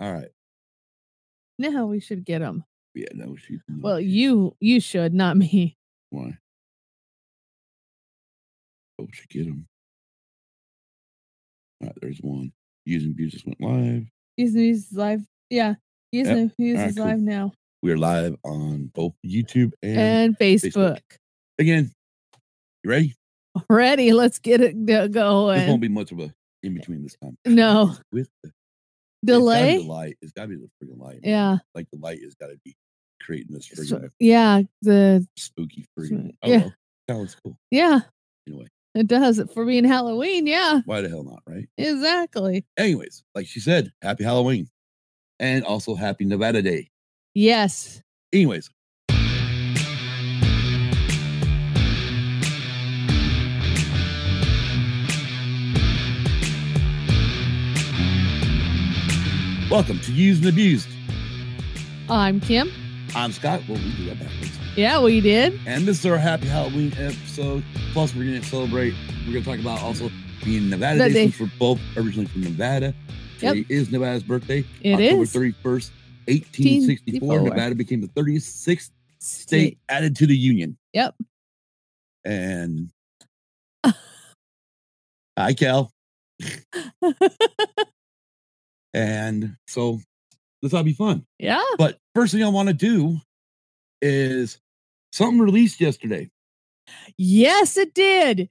All right. Now we should get them. Yeah, no, she. no, Well, you you should, not me. why? Oh, she get him. All right, there's one. Use and abuse just went live. He's, he's live. Yeah, he's Yep. he's Alright, cool. live now We are live on both YouTube and, and Facebook. Facebook. again. You ready? Ready? Let's get it go- This won't going. be much of a in between this time. No With the it's gotta be delay. the light. It's gotta be the freaking light. man. Yeah, Like the light has gotta be creating this freaking So- yeah, the spooky freaking. so- Oh, yeah. well, sounds cool. yeah. Anyway, It does it for being Halloween. Yeah, why the hell not, right? exactly. Anyways, like she said, happy Halloween, and also happy Nevada Day. Yes. Anyways, welcome to Used and Abused. I'm Kim. I'm Scott. Well, we do that backwards. Yeah, we did. And this is our happy Halloween episode. Plus, we're going to celebrate. We're going to talk about also being Nevada That Day, day. since we're both originally from Nevada. Yep. Today is Nevada's birthday. It October is 31st, 1864. 1864. Nevada became the 36th state added to the Union. Yep. And hi, Cal. and so this ought to be fun. Yeah. But first thing I want to do is something released yesterday. Yes, it did.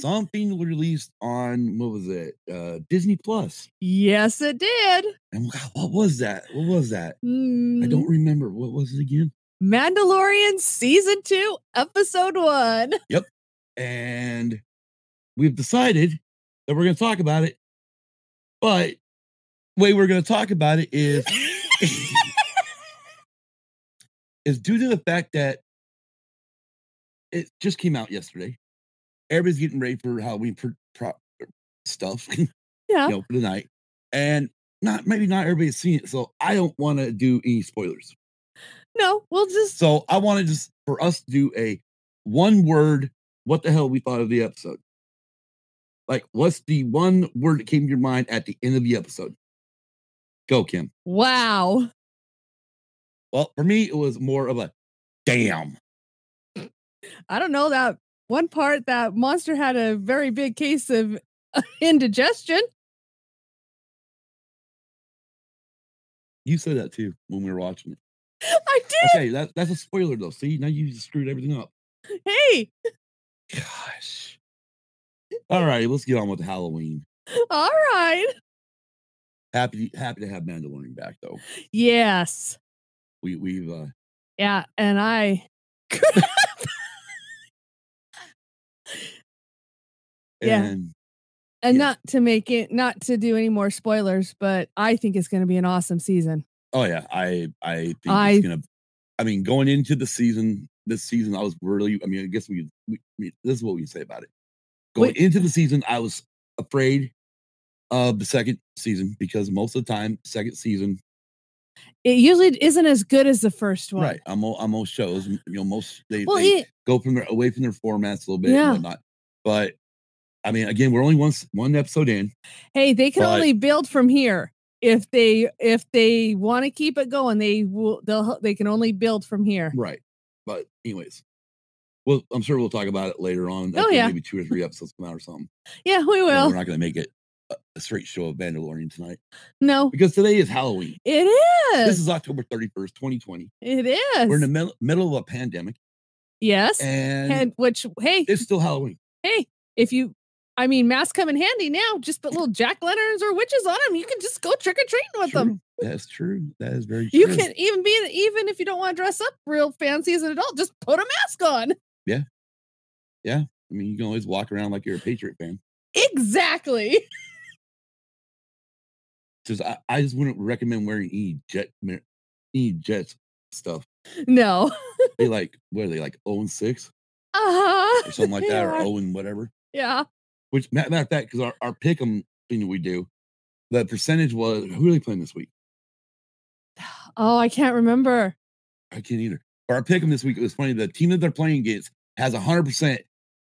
Something released on what was it? Uh, Disney Plus. Yes, it did. And wow, what was that? What was that? I Mm, don't remember. What was it again? Mandalorian season two, episode one. and we've decided that we're going to talk about it. But the way we're going to talk about it is is due to the fact that it just came out yesterday. Everybody's getting ready for Halloween pro- pro- er, stuff, Yeah. you know, for the night, and not maybe not everybody's seen it, so I don't want to do any spoilers. No, we'll just So I want to just for us to do a one word, what the hell we thought of the episode. Like, what's the one word that came to your mind at the end of the episode? Go, Kim. wow. Well, for me, it was more of a damn. I don't know that one part that monster had a very big case of indigestion. You said that too when we were watching it. I did. Okay, that, that's a spoiler though. See, now you just screwed everything up. Hey, Gosh. All right, let's get on with Halloween. all right. Happy happy to have Mandalorian back though. Yes. We we've uh Yeah, and I. Yeah. and And Yeah. not to make it, not to do any more spoilers, but I think it's going to be an awesome season. Oh yeah, I I think I- it's gonna. I mean, going into the season, this season I was really. I mean, I guess we. we I mean, this is what we can say about it. Going Wait. into the season, I was afraid of the second season because most of the time, second season, It usually isn't as good as the first one. right? On, mo- on most shows, m- you know, most they, Well, they it, go from their away from their formats a little bit and Yeah. whatnot. But I mean, again, we're only once one episode in. hey, they can but- only build from here. If they if they want to keep it going, they will. They'll they can only build from here. Right. But anyways, well, I'm sure we'll talk about it later on. Oh, after yeah. maybe two or three episodes come out or something. Yeah, we you know, will. we're not going to make it a, a straight show of Mandalorian tonight No, because today is Halloween. it This is. is October 31st, 2020. it is. We're in the middle, middle of a pandemic yes, and, and, which hey, it's still Halloween. hey, if you, I mean, masks come in handy now. Just put little jack lanterns or witches on them. You can just go trick or treating with True. them. That's true. That is very You true. can even be even if you don't want to dress up real fancy as an adult, just put a mask on. I mean, you can always walk around like you're a Patriot fan. Exactly. Just, I, I just wouldn't recommend wearing any jet, mer- any jets stuff. No. They like, what are they like 0 and 6 Uh huh. or something like that or Yeah. 0 and whatever? Yeah. Which ma- matter of fact, because our, our pick 'em thing that we do, the percentage was who are they playing this week? Oh, I can't remember. I can't either. But our pick 'em this week it was funny. The team that they're playing against has hundred percent,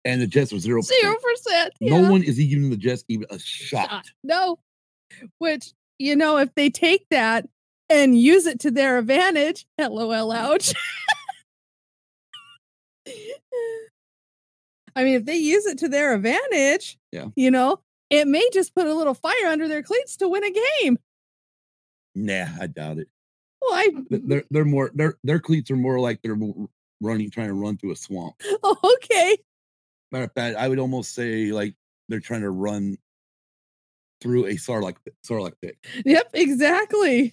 and the Jets are zero. Zero percent. No one is even the Jets even a shot. shot. No. Which you know, if they take that and use it to their advantage, lol, ouch. I mean, if they use it to their advantage, Yeah. you know, it may just put a little fire under their cleats to win a game. Nah, I doubt it. Well, I, Th- They're they're more their their cleats are more like they're w- running trying to run through a swamp. oh, okay. Matter of fact, I would almost say like they're trying to run through a sarlacc pit- sarlacc pit. Yep, exactly.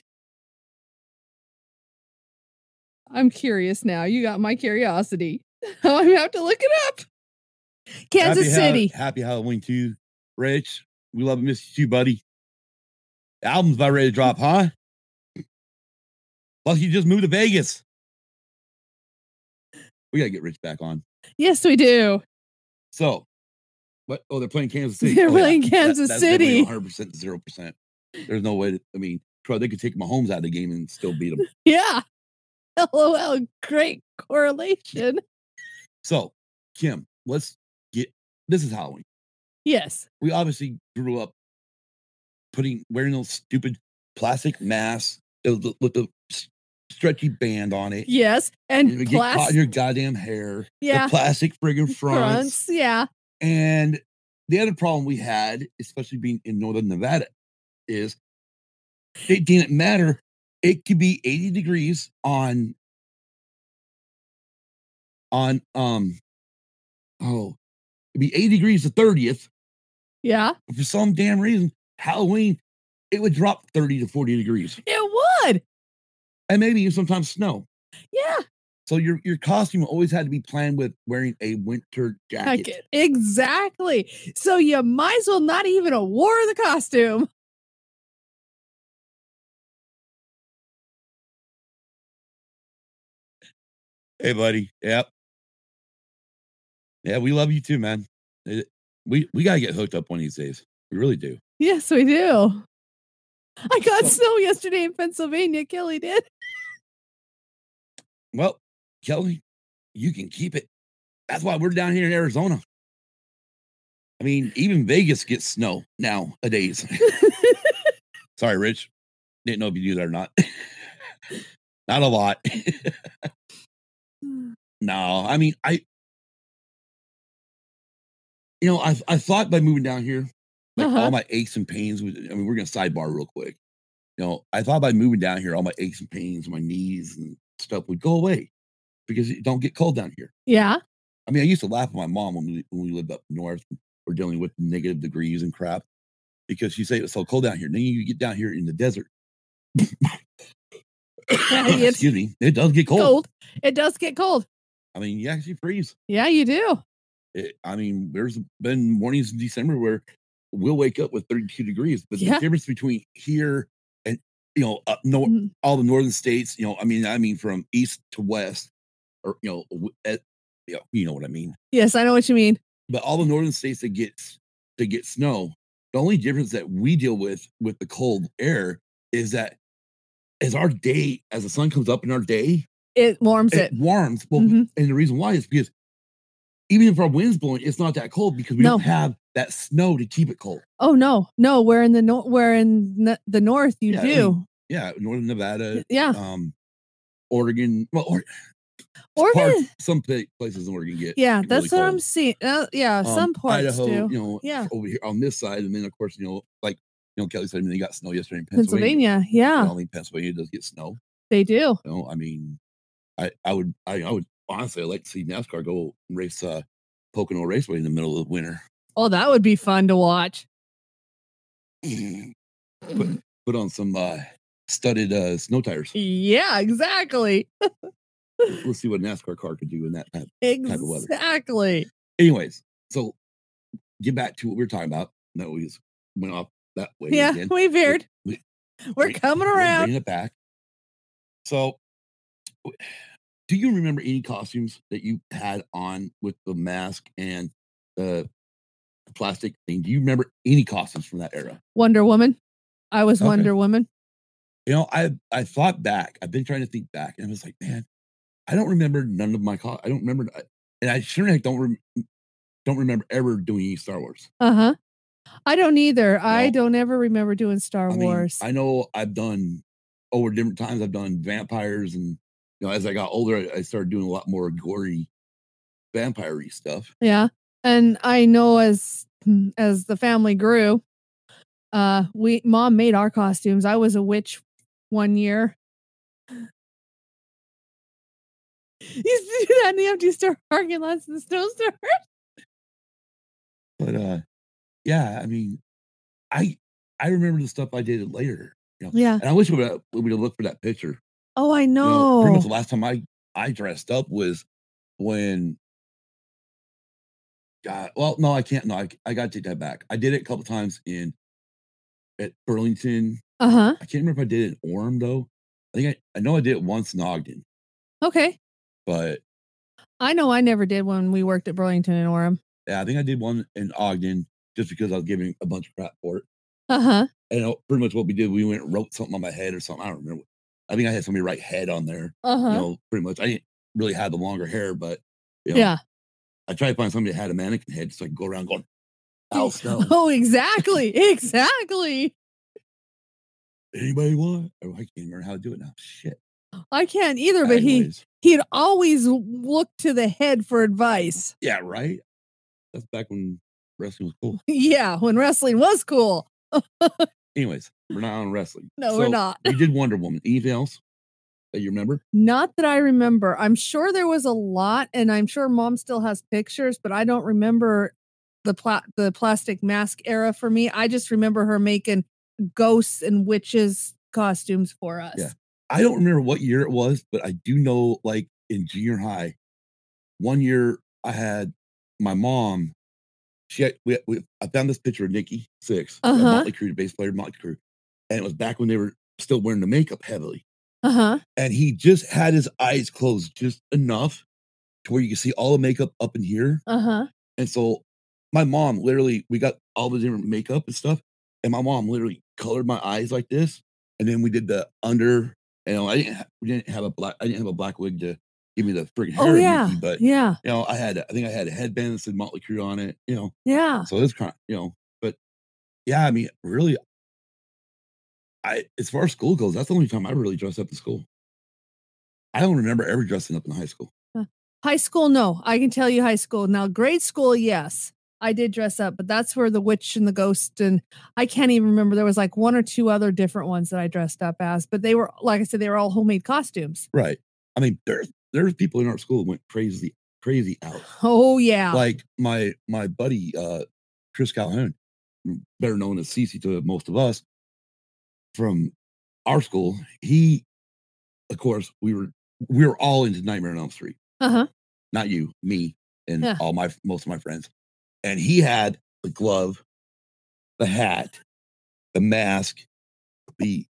I'm curious now. You got my curiosity. I'm gonna have to look it up. Kansas Hall- City. happy Halloween to you, Rich. We love and miss you, too, buddy. The album's about Mm. ready to drop, huh? Plus, you just moved to Vegas. We gotta get Rich back on. Yes, we do. So, but oh, they're playing Kansas City. They're Oh, playing Kansas City. One hundred percent, zero percent. There's no way. To, I mean, Troy, they could take Mahomes out of the game and still beat them. Yeah. LOL. Great correlation. So, Kim, let's get. This is Halloween. Yes. we obviously grew up putting wearing those stupid plastic masks that was the- with the s- stretchy band on it. Yes. You And would get caught in plastic. your goddamn hair. Yeah. The plastic friggin' fronts. Fronts. Yeah. And the other problem we had, especially being in northern Nevada, is it didn't matter. It could be 80 degrees on on um oh it'd be 80 degrees the 30th Yeah. for some damn reason, Halloween, it would drop 30 to 40 degrees It would. and maybe even sometimes snow. Yeah. So your your costume always had to be planned with wearing a winter jacket. Heck, e, Exactly. So you might as well not even a war the costume. Hey, buddy. Yep. Yeah, we love you too, man. It- we we gotta get hooked up one of these days. We really do. Yes, we do. I got snow yesterday in Pennsylvania. Kelly did. Well, Kelly, you can keep it. That's why we're down here in Arizona. I mean, even Vegas gets snow nowadays. Sorry, Rich. Didn't know if you knew that or not. not a lot. no, I mean, I, you know, I, I thought by moving down here, like Uh-huh. all my aches and pains would, I mean, we're going to sidebar real quick. You know, I thought by moving down here, all my aches and pains, my knees and stuff would go away because it don't get cold down here. yeah. I mean, I used to laugh at my mom when we, when we lived up north. We're dealing with negative degrees and crap because she said it was so cold down here. Then you get down here in the desert. it's Excuse me. It does get cold. Cold. It does get cold. I mean, you actually freeze. Yeah, you do. It, I mean, there's been mornings in December where we'll wake up with 32 degrees, but Yeah. the difference between here and, you know, up north, Mhm. all the northern states, you know, I mean, I mean, from east to west, or, you know, w- eh, you know, you know what I mean. Yes, I know what you mean. but all the northern states that get s- that get snow, the only difference that we deal with with the cold air is that as our day, as the sun comes up in our day, It warms it it. warms. Well, Mhm. and the reason why is because even if our wind's blowing, it's not that cold because we No. don't have that snow to keep it cold. Oh no, no. Where in the no- where in the- the north you Yeah, I mean, do. Yeah, northern Nevada, yeah. um, Oregon. Well, or, Oregon. parts, some pla- places in Oregon get yeah, really that's what I'm cold. seeing. Uh, yeah, um, some parts Idaho, do. you know, Yeah. over here on this side, and then of course, you know, like you know, Kelly said, I mean, they got snow yesterday in Pennsylvania. Pennsylvania. Yeah, Not only Pennsylvania does get snow. they do. You know, I mean, I I would I, I would honestly I'd like to see NASCAR go race uh Pocono Raceway in the middle of winter. Oh, that would be fun to watch. Mm-hmm. put, Mm-hmm. put on some uh studded uh snow tires. Yeah, exactly. Let's see what a NASCAR car could do in that time. of weather. Exactly. Anyways, so get back to what we were talking about. No, we just went off that way Yeah, again. we veered. we- We're Bring- coming we're around. bringing it back. So, w- do you remember any costumes that you had on with the mask and the plastic thing? Do you remember any costumes from that era? Wonder Woman. I was Okay. Wonder Woman. You know, I I thought back. I've been trying to think back, and I was like, man, I don't remember none of my. Co- I don't uh," mm, remember, I- and I sure as heck don't rem- don't remember ever doing any Star Wars. Uh huh. I don't either. I No. don't ever remember doing Star I mean, Wars. I know I've done over different times. I've done vampires, and you know, as I got older, I, I started doing a lot more gory, vampire stuff. yeah. And I know as mm, as the family grew, uh we mom made our costumes. I was a witch one year. You see that in the empty store parking lots in the snowstorm. But uh, yeah, I mean, I I remember the stuff I did later, Yeah. and I wish we would we would look for that picture. Oh, I You know, pretty know. much the last time I I dressed up was when. God, well, no, I can't. No, I, I got to take that back. I did it a couple times in at Burlington. Uh huh. I can't remember if I did it in Orem though. I think I, I know I did it once in Ogden, Okay. but I know I never did when we worked at Burlington and Orem. yeah, I think I did one in Ogden just because I was giving a bunch of crap for it. Uh huh. And uh, pretty much what we did, we went and wrote something on my head or something. I don't remember. I think I had somebody write head on there. Uh huh. You know, pretty much. I didn't really have the longer hair, but you know, yeah. I tried to find somebody that had a mannequin head so I could go around going, Oh, Al Snow. Oh, exactly. Exactly. Anybody want? Oh, I can't remember how to do it now. Shit. I can't either, but he Anyways, he'd always look to the head for advice. yeah, right. That's back when wrestling was cool. Yeah, when wrestling was cool. Anyways, we're not on wrestling. No, we're So, not. we did Wonder Woman. Anything else that you remember? Not that I remember. I'm sure there was a lot, and I'm sure mom still has pictures, but I don't remember the pla- the plastic mask era for me. I just remember her making ghosts and witches costumes for us. Yeah. I don't remember what year it was, but I do know like in junior high, one year I had my mom. She had, we, we, I found this picture of Nikki Six, uh Uh-huh. Motley Crue, the bass player of Motley Crue, and it was back when they were still wearing the makeup heavily. Uh-huh. And he just had his eyes closed just enough to where you could see all the makeup up in here. Uh-huh. And so my mom literally, we got all the different makeup and stuff. And my mom literally colored my eyes like this. And then we did the under, you know, I didn't, ha- we didn't have a black, I didn't have a black wig to give me the friggin' hair. Oh of Mickey, yeah. but you Yeah. know, I had, a- I think I had a headband that said Motley Crue on it, you know, Yeah. so it's kind of, you know, but yeah, I mean, really, I, as far as school goes, that's the only time I really dressed up in school. I don't remember ever dressing up in high school. High school, no. I can tell you high school. Now, grade school, yes. I did dress up, but that's where the witch and the ghost and I can't even remember. There was like one or two other different ones that I dressed up as, but they were like I said, they were all homemade costumes. Right. I mean, there's, there's people in our school who went crazy, crazy out. Oh yeah. like my my buddy uh Chris Calhoun, m- better known as Cece to most of us, from our school, he of course we were we were all into Nightmare on Elm Street. Uh-huh. Not you, me, and Yeah. all my most of my friends. And he had the glove, the hat, the mask, the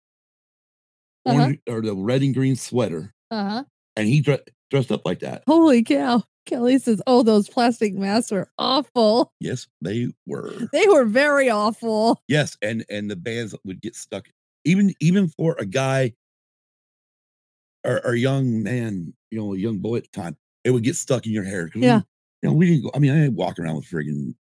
Uh-huh. orange or the red and green sweater, Uh-huh. and he dre- dressed up like that. Holy cow. Kelly says, Oh, those plastic masks were awful. Yes, they were. They were very awful. Yes, and and the bands would get stuck. Even even for a guy or, or young man, you know, a young boy at the time, it would get stuck in your hair. 'cause we- Yeah. you know, we didn't go. I mean, I didn't walk around with friggin'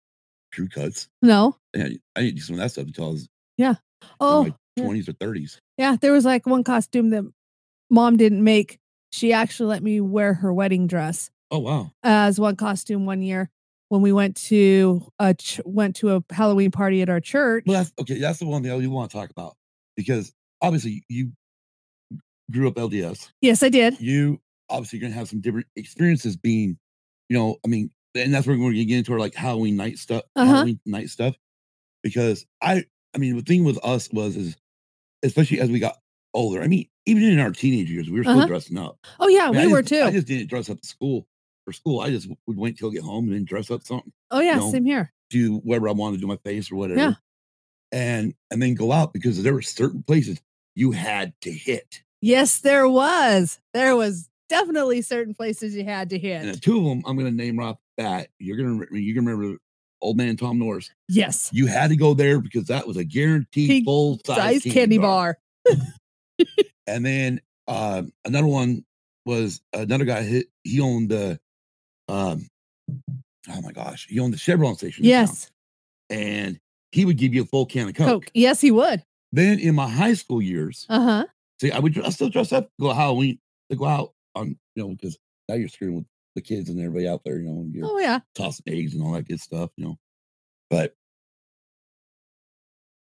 crew cuts. No. And I didn't do some of that stuff until I was in Oh my yeah. twenties or thirties. yeah. There was like one costume that mom didn't make. She actually let me wear her wedding dress. Oh wow. as one costume one year when we went to a ch- went to a Halloween party at our church. Well, that's okay. That's the one thing you want to talk about because obviously you grew up LDS. Yes, I did. you obviously going to have some different experiences being, you know, I mean, and that's where we're going to get into our like Halloween night stuff, Uh-huh. Halloween night stuff, because I, I mean, the thing with us was is, especially as we got older. I mean, even in our teenage years, we were still Uh-huh. dressing up. Oh yeah, I mean, I we were just- I too. just didn't dress up to school for school. I just would wait till I get home and then dress up something, oh yeah, know, same here. do whatever I wanted to do my face or whatever, and and then go out because there were certain places you had to hit. Yes, there was. There was definitely certain places you had to hit. And the two of them, I'm going to name off that. You're going to you can remember Old Man Tom Norris. yes, You had to go there because that was a He- guaranteed full size candy, bar. And then um, another one was another guy. He, he owned the, um, oh my gosh, he owned the Chevron station. in town. Yes, and he would give you a full can of Coke. Coke. Yes, he would. Then in my high school years, Uh huh. see, I would I still dress up, go Halloween, to go out on, you know, because now you're screwing with the kids and everybody out there, you know, and you're Oh yeah. tossing eggs and all that good stuff, you know. But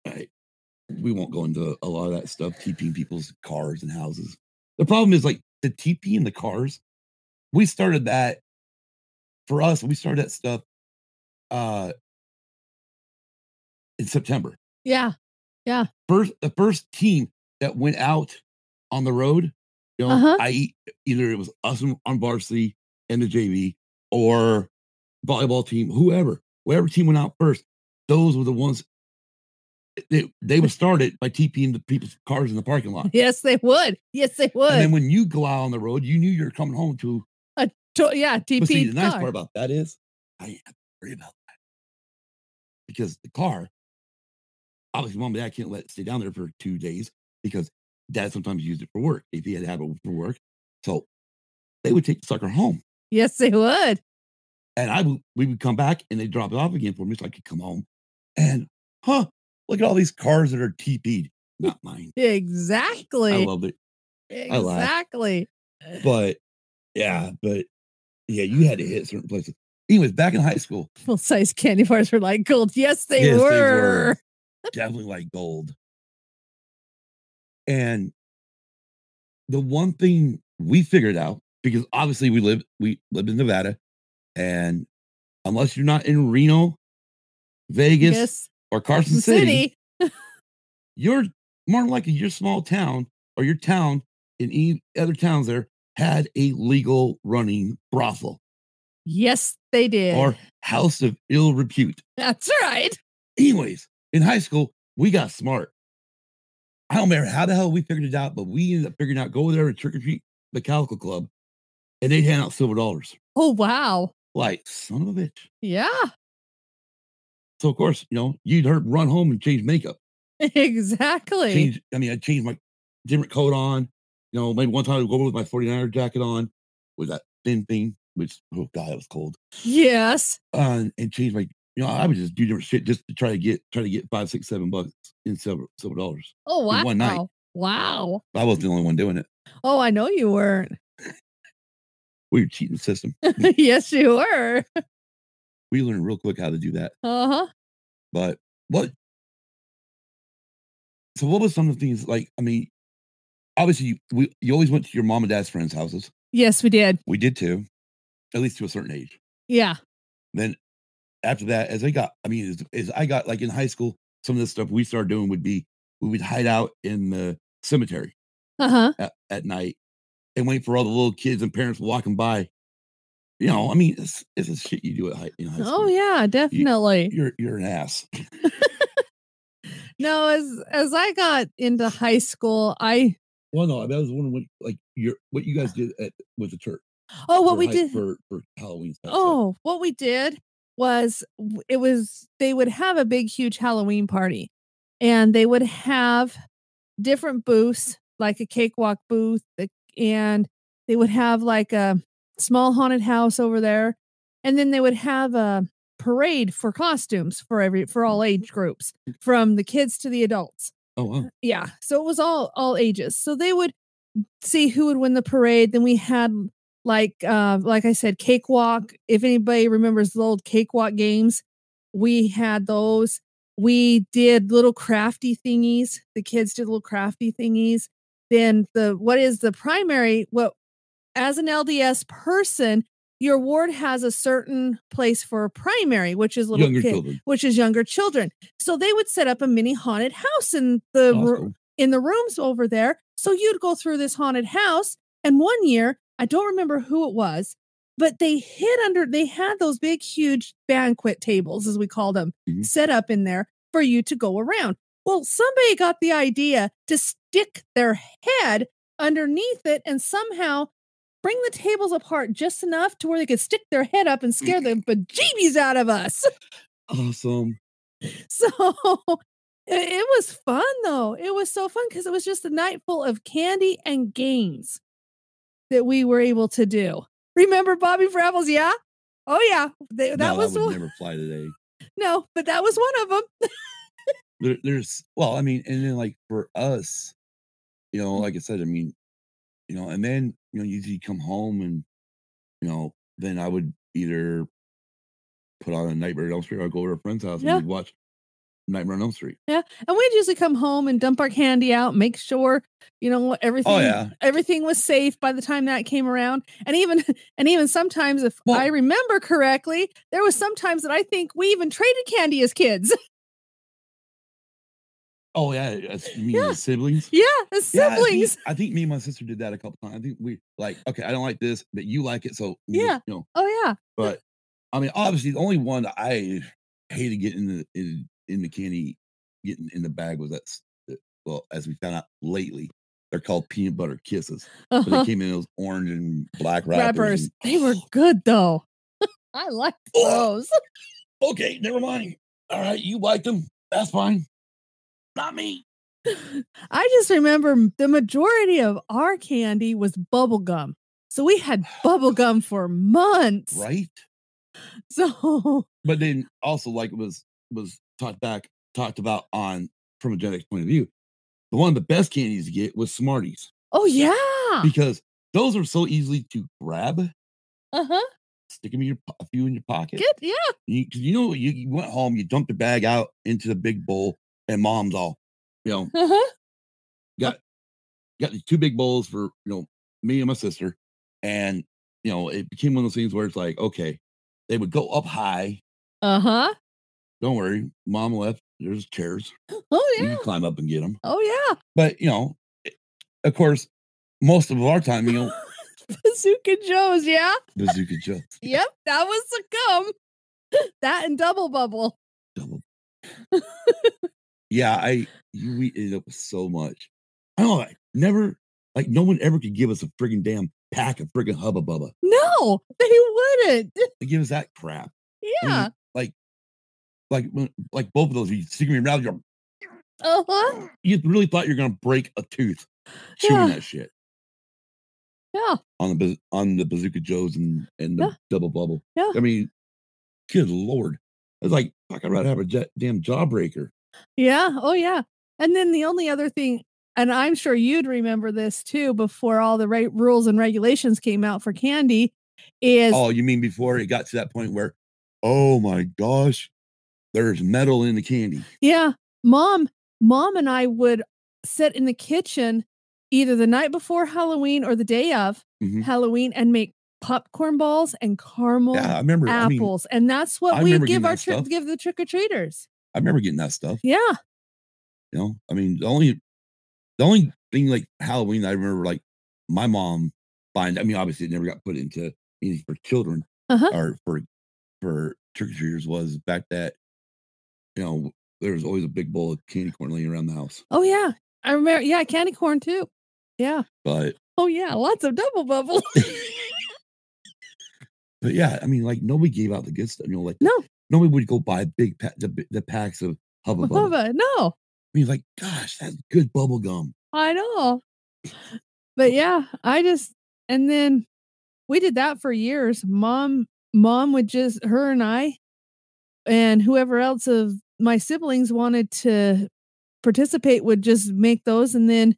I, we won't go into a lot of that stuff, TPing people's cars and houses. The problem is like the TP in the cars, we started that for us, we started that stuff uh in September. Yeah. First the first team that went out on the road, you know, Uh-huh. I e, either it was us on- on varsity and the JV or volleyball team, whoever, whatever team went out first, those were the ones they, they were started by TPing the people's cars in the parking lot. Yes, they would. Yes, they And then would. when you go out on the road, you knew you were coming home to. To- yeah. But see, TP the nice part about that is I didn't have to worry about that because the car, obviously, mom and dad can't let it stay down there for two days because dad sometimes used it for work if he had to have it for work. So they would take the sucker home. Yes, they would. And I would, we would come back and they'd drop it off again for me so I could come home. And huh, look at all these cars that are TP'd. Not mine. Exactly. I loved it. laugh. exactly. But yeah, but yeah, you had to hit certain places. Anyways, back in high school, Full size candy bars were like gold. Yes, they Yes, they were. were. definitely like gold. And the one thing we figured out, because obviously we lived we lived in Nevada, and unless you're not in Reno, Vegas, Yes. or Carson City. City your more than likely your small town or your town in any other towns there had a legal running brothel Yes, they did. or house of ill repute. That's right. Anyways, in high school, we got smart. I don't remember how the hell we figured it out, but we ended up figuring out go over there and trick or treat the Calico Club, and they'd hand out silver dollars. Oh wow. Like son of a bitch. Yeah. So of course, you know, you'd hurt run home and change makeup. Exactly. change. I mean, I changed my different coat on. You know, maybe one time I would go over with my 49er jacket on with that thin thing, which oh god, it was cold. Yes. Uh, and change my. You know, I would just do different shit just to try to get try to get five, six, seven bucks in silver silver dollars. Oh wow. In one night. Wow. But I wasn't the only one doing it. Oh, I know you weren't. We were cheating the system. yes, you were. We learned real quick how to do that. Uh huh. But what? So what was some of the things like? I mean, obviously you, we you always went to your mom and dad's friends' houses. Yes, we did. We did too, at least to a certain age. Yeah. then after that, as I got, I mean, as, as I got like in high school, some of the stuff we started doing would be we would hide out in the cemetery Uh huh. at, at night and wait for all the little kids and parents walking by. You know, I mean, it's, it's the shit you do at high, in high school. Oh yeah, definitely. You're, you're an ass. No, as as I got into high school, I Well, no, that was one of what, like your what you guys did at with the church. Uh, oh what for we high- did for, for Halloween. stuff, so- oh what we did was w- it was they would have a big huge Halloween party, and they would have different booths like a cakewalk booth, the- and they would have like a small haunted house over there, and then they would have a parade for costumes for every for all age groups from the kids to the adults. oh, wow. yeah so it was all all ages so they would see who would win the parade then we had like uh like i said cakewalk if anybody remembers the old cakewalk games we had those we did little crafty thingies the kids did little crafty thingies then the what is the primary what as an lds person your ward has a certain place for primary which is little younger kid- children. which is younger children so they would set up a mini haunted house in the Oh, that's ro- cool. in the rooms over there. So you'd go through this haunted house. And one year, I don't remember who it was, but they hid under, they had those big, huge banquet tables, as we called them, Mhm. set up in there for you to go around. Well, somebody got the idea to stick their head underneath it and somehow bring the tables apart just enough to where they could stick their head up and scare the bejeebies out of us. Awesome. So it, it was fun though. It was so fun because it was just a night full of candy and games that we were able to do. Remember Bobby Bravels? Yeah. Oh yeah. They, that No, was that the would one- never fly today. No, but that was one of them. There, there's well, I mean, and then like for us, you Mm. know, like I said, I mean, you know, and then you know, usually come home and you know, then I would either put on a Nightmare on Elm Street or I'd go over to a friend's house Yeah. and we'd watch Nightmare on Elm Street. And we'd usually come home and dump our candy out, make sure, you know, everything Oh, yeah. everything was safe by the time that came around. And even and even sometimes if Well- I remember correctly, there was sometimes that I think we even traded candy as kids. Oh yeah, as- you mean Yeah. as siblings? yeah, as Yeah, I think- siblings. I think, me and my sister did that a couple times. I think we like, okay, I don't like this, but you like it, so we- Yeah. you know. oh yeah. But I mean, obviously, the only one that I hated getting in the in, in the candy, getting in the bag was that. s- the- Well, as we found out lately, they're called peanut butter kisses. But Uh-huh. they came in those orange and black wrappers. Wrappers. and- They were good though. I liked Ugh. those. okay. Never mind. All right, you like them. That's fine. Not me. I just remember m- the majority of our candy was bubble gum. So we had bubble gum for months. Right. So but then also like it was was talked back talked about on from a genetics point of view the one of the best candies to get was smarties Oh yeah. because those are so easily to grab Uh-huh. stick them in your po- a few in your pocket Good. Yeah. you, 'cause you know you, you went home you dumped the bag out into the big bowl and mom's all you know Uh-huh. got the two big bowls for you know me and my sister and you know it became one of those things where it's like okay they would go up high Uh-huh. don't worry mom left there's chairs Oh you yeah. can climb up and get them Oh but you know, it- of course, most of our time, you yeah. know, Bazooka Joe's, yeah. bazooka joe Yep, that was the gum. that and double bubble. double. yeah, I you, we ended up with so much. I don't know, I never like no one ever could give us a friggin' damn pack of friggin' hubba bubba. No, they wouldn't. They give us that crap. I mean, Yeah. Like when- like both of those, you stick me around, you Uh-huh. you really thought you're gonna break a tooth chewing Yeah. that shit Yeah. on the baz- on the bazooka joes and and the Yeah. double bubble. Yeah. I mean, good lord. It's like, fuck, I'd rather have a ja damn jawbreaker. Yeah. Oh, yeah. And then the only other thing, and I'm sure you'd remember this too, before all the right rules and regulations came out for candy, is Oh, you mean before it got to that point where, oh my gosh, there's metal in the candy. yeah, mom, mom and I would sit in the kitchen either the night before Halloween or the day of Mhm. Halloween and make popcorn balls and caramel Yeah, I remember. I mean, apples, and that's what I we remember give getting our that tri- stuff. give the trick or treaters. I remember getting that stuff. Yeah. You know, I mean, the only, the only thing like Halloween that I remember, like my mom buying. I mean, obviously, it never got put into anything for children Uh-huh. or for for trick or treaters. Was the fact that you know there was always a big bowl of candy corn laying around the house, Oh yeah. I remember. Yeah, candy corn too. Yeah. but Oh yeah. Lots of double bubble. But yeah, I mean, like nobody gave out the good stuff. You know, like No. nobody would go buy big pa- the, bi- the packs of hubba bubba. I Bubba, no. mean, like, gosh, that's good bubble gum. I know. But yeah, I just and then we did that for years. Mom mom would just her and I and whoever else of my siblings wanted to participate would just make those and then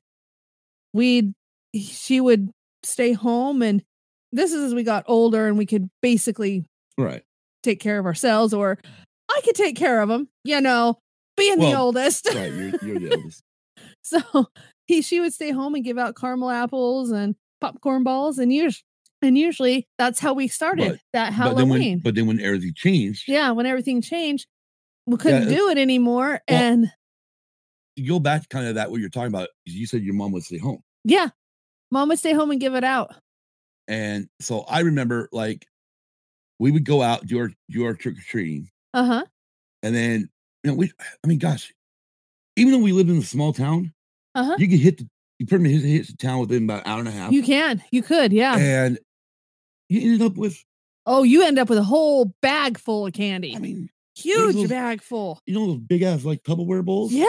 we'd she would stay home and this is as we got older and we could basically Right. take care of ourselves or I could take care of them, you know, being the Well, oldest. Right. You're, you're the oldest. So he she would stay home and give out caramel apples and popcorn balls and usually and usually that's how we started that But then, when, Halloween. but then when everything changed, yeah, when everything changed, we couldn't it- do it anymore. well- and you go back to kind of that what you're talking about. 'cause You said your mom would stay home. yeah, mom would stay home and give it out. And so I remember like we would go out, do our, do our trick or treating. Uh-huh. And then, you know, we, I mean, gosh, even though we lived in a small town, Uh-huh. you could hit the, you pretty much hit, hit the town within about an hour and a half. You can. You could, yeah. and you ended up with oh, you end up with a whole bag full of candy. i mean Huge those- bag full. you know those big ass like tupperware bowls Yeah.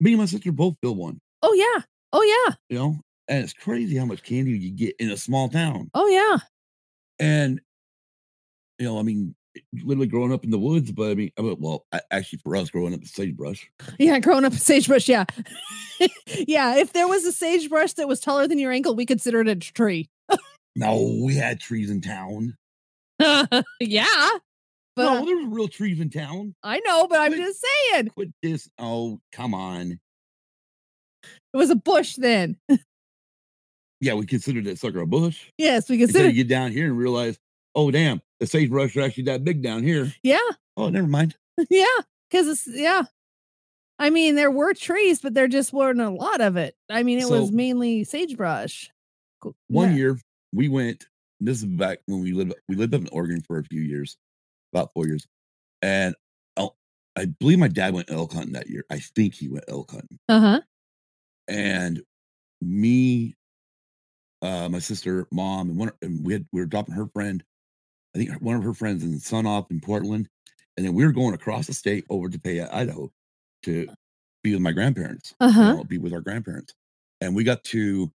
me and my sister both filled one Oh yeah. Oh yeah. you know and it's crazy how much candy you get in a small town Oh yeah. and you know i mean literally growing up in the woods, but I mean, I mean well, a- actually for us growing up in sagebrush, Yeah, growing up in sagebrush. Yeah. yeah. If there was a sagebrush that was taller than your ankle, we considered it a tree. no, we had trees in town. yeah. But no, there was real trees in town. I know, but I'm Wait. just saying Quit this. Oh, come on. it was a bush then. Yeah, we considered that sucker a bush. Yes, we Until you considered. get down here and realize, oh damn, the sagebrush are actually that big down here. Yeah. Oh, never mind. Yeah. Cause it's, yeah. I mean, there were trees, but there just weren't a lot of it. I mean, it was So- mainly sagebrush. Co- One yeah. year we went. This is back when we lived. We lived up in Oregon for a few years, about four years, and oh, I believe my dad went elk hunting that year. I think he went elk hunting, Uh huh. and me, uh, my sister, mom, and one and we had we were dropping her friend. I think one of her friends in son off in Portland, and then we were going across the state over to Payette, Idaho, to be with my grandparents Uh you huh. know, be with our grandparents. And we got to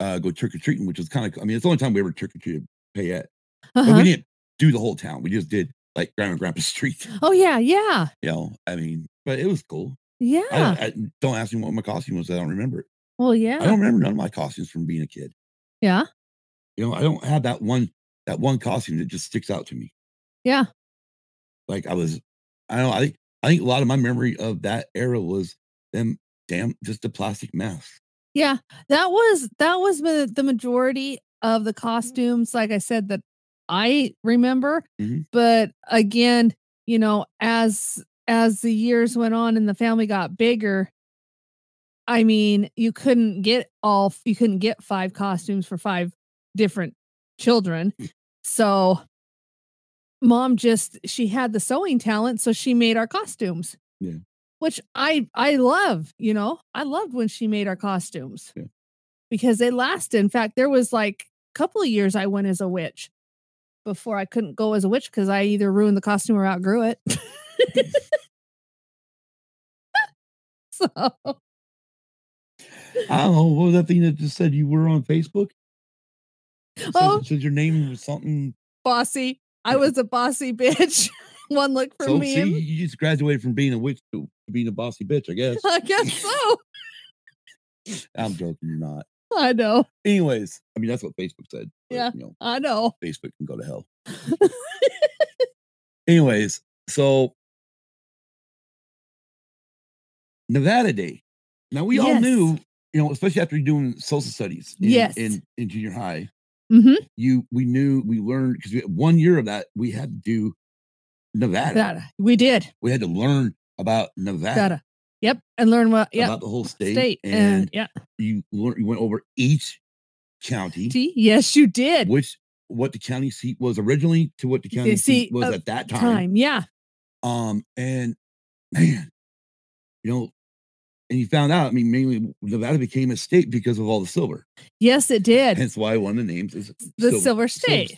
uh, go trick or treating, which was kind of, I mean, it's the only time we ever trick or treated Payette. Uh But we huh. didn't do the whole town. We just did like grandma and grandpa's street, Oh, yeah. Yeah. you know, I mean, but it was cool. Yeah. I don't- I, don't ask me what my costume was. I don't remember it. well, I yeah. don't remember none of my costumes from being a kid. Yeah. You know, I don't have that one, that one costume that just sticks out to me. Yeah. Like I was, I don't know. I think, I think a lot of my memory of that era was them damn, just the plastic masks. Yeah, that was that was the, the majority of the costumes. Like I said, that I remember. Mhm. But again, you know, as as the years went on and the family got bigger, I mean, you couldn't get all f- you couldn't get five costumes for five different children. So mom just she had the sewing talent so she made our costumes. Yeah. Which I I love, you know. I loved when she made our costumes. Yeah. Because they lasted. In fact, there was like a couple of years I went as a witch before I couldn't go as a witch cuz I either ruined the costume or outgrew it. so, I don't know. What was that thing that just said you were on Facebook? It said, Oh. it said your name was something. bossy. I Yeah. was a bossy bitch. One look from so me. see, you just graduated from being a witch to being a bossy bitch, I guess. I guess so. I'm joking, you're not. I know. Anyways, I mean that's what Facebook said. but, Yeah. You know, I know. Facebook can go to hell. Anyways, so Nevada Day. Now we all Yes. knew, you know, especially after doing social studies in, Yes. in, in junior high, Mhm. you we knew we learned because one year of that we had to do Nevada. That we did. We had to learn about Nevada, Data. Yep. And learn what yep. about the whole state, state. and, and, yeah. you learn, you went over each county, See? Yes, you did. which what the county seat was originally to what the county see, seat was uh, at that time. time. Yeah. Um, and man, you know, and you found out. I mean, mainly Nevada became a state because of all the silver. Yes, it did. Hence why one of the names is The Silver, State.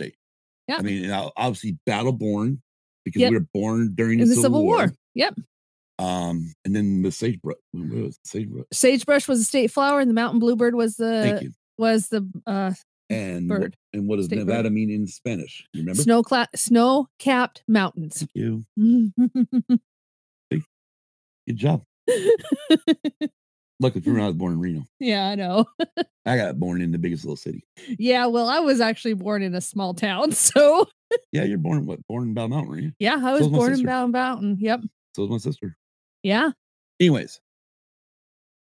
Yeah. I mean, and ob- obviously battle born because Yep. we were born during in the Civil, War. Yep. Um, and then the sagebrush. What was it? sagebrush? Sagebrush was the state flower and the mountain bluebird was the Thank you. was the uh And what- bird. and what does State bird. Nevada mean in Spanish? You remember? snow cla- snow capped mountains. Thank you. yeah. Good job. Luckily for me, I was born in Reno. I know. I got born in the biggest little city. Yeah, well, I was actually born in a small town, so Yeah, you're born what? Born in Battle Mountain, were you? yeah, I So was was my born in sister. Bound Mountain. Yep. So was my sister. Yeah. Anyways,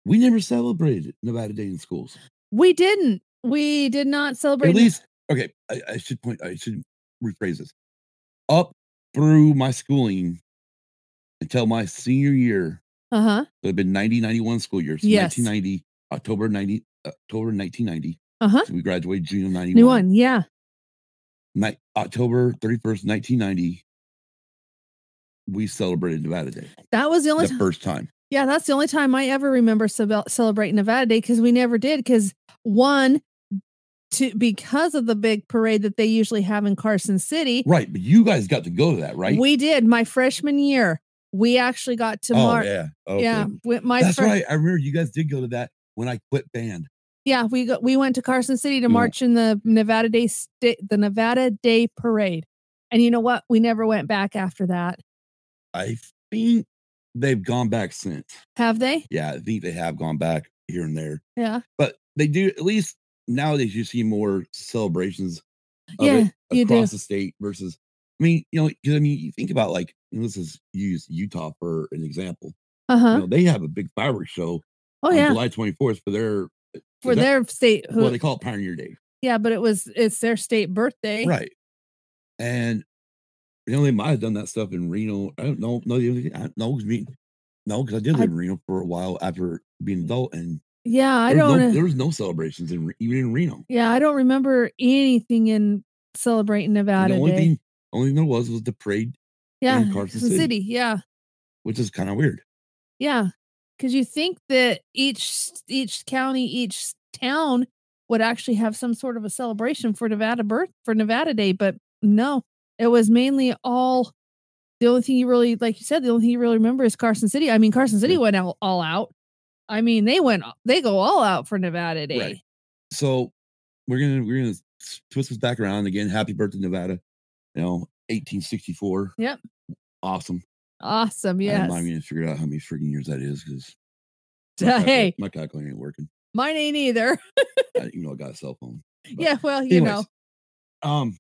we never celebrated Nevada Day in schools. We didn't. We did not celebrate. At Nat- least, okay, I, I should point, I should rephrase this. Up through my schooling until my senior year, uh-huh. it had been 90, 91 school year. So Yes. 1990, October 90, October 1990. Uh-huh. So we graduated June of 91. New one. Yeah. Ni- October 31st, 1990, we celebrated Nevada Day That was the only the time. first time. Yeah, that's the only time I ever remember cebe- celebrating Nevada Day because we never did. Because one, to because of the big parade that they usually have in Carson City, Right. But you guys got to go to that, right? we did my freshman year. We actually got to oh, mark. yeah. Okay. Yeah, with my That's fir- right. I remember you guys did go to that when I quit band. yeah, we Mm-hmm. go, we went to Carson City to We went- march in the Nevada Day sta- the Nevada Day Parade. And you know what? We never went back after that. I think they've gone back since. Have they? Yeah, I think they have gone back here and there, Yeah. but they do at least nowadays. You see more celebrations of Yeah, it you do. across the state versus. I mean, you know, 'cause I mean, you think about like you know, this is use Utah for an example. Uh You huh. know, they have a big fireworks show Oh on yeah. July twenty fourth for their For that- their state. Who, well, they call it Pioneer Day, yeah, but it was it's their state birthday. right? And you know, they might have done that stuff in Reno. I don't know. No, they- I- no, 'cause me- no, because I did I- live in Reno for a while after being an adult, and Yeah, I there was don't. uh no, there was no celebrations in Re- even in Reno. yeah, I don't remember anything in celebrating And Nevada the only Day. thing, only thing there was was the parade, yeah, Carson the City. city. Yeah, which is kind of weird. yeah. Because you think that each s- each county, each town would actually have some sort of a celebration for Nevada birth for Nevada Day, but no, it was mainly all. The only thing you really, like you said, the only thing you really remember is Carson City. I mean, Carson City Yeah. went out all out. I mean, they went, they go all out for Nevada Day. Right. So we're gonna we're gonna s- twist this back around again. Happy birthday, Nevada! You know, 1864. Yep. Awesome. Awesome. Yeah. Yes. I'm not gonna figure out how many freaking years that is because Hey, my calculator ain't working. mine ain't either. I, you know, I got a cell phone. But yeah. Well, you know. anyways, Um,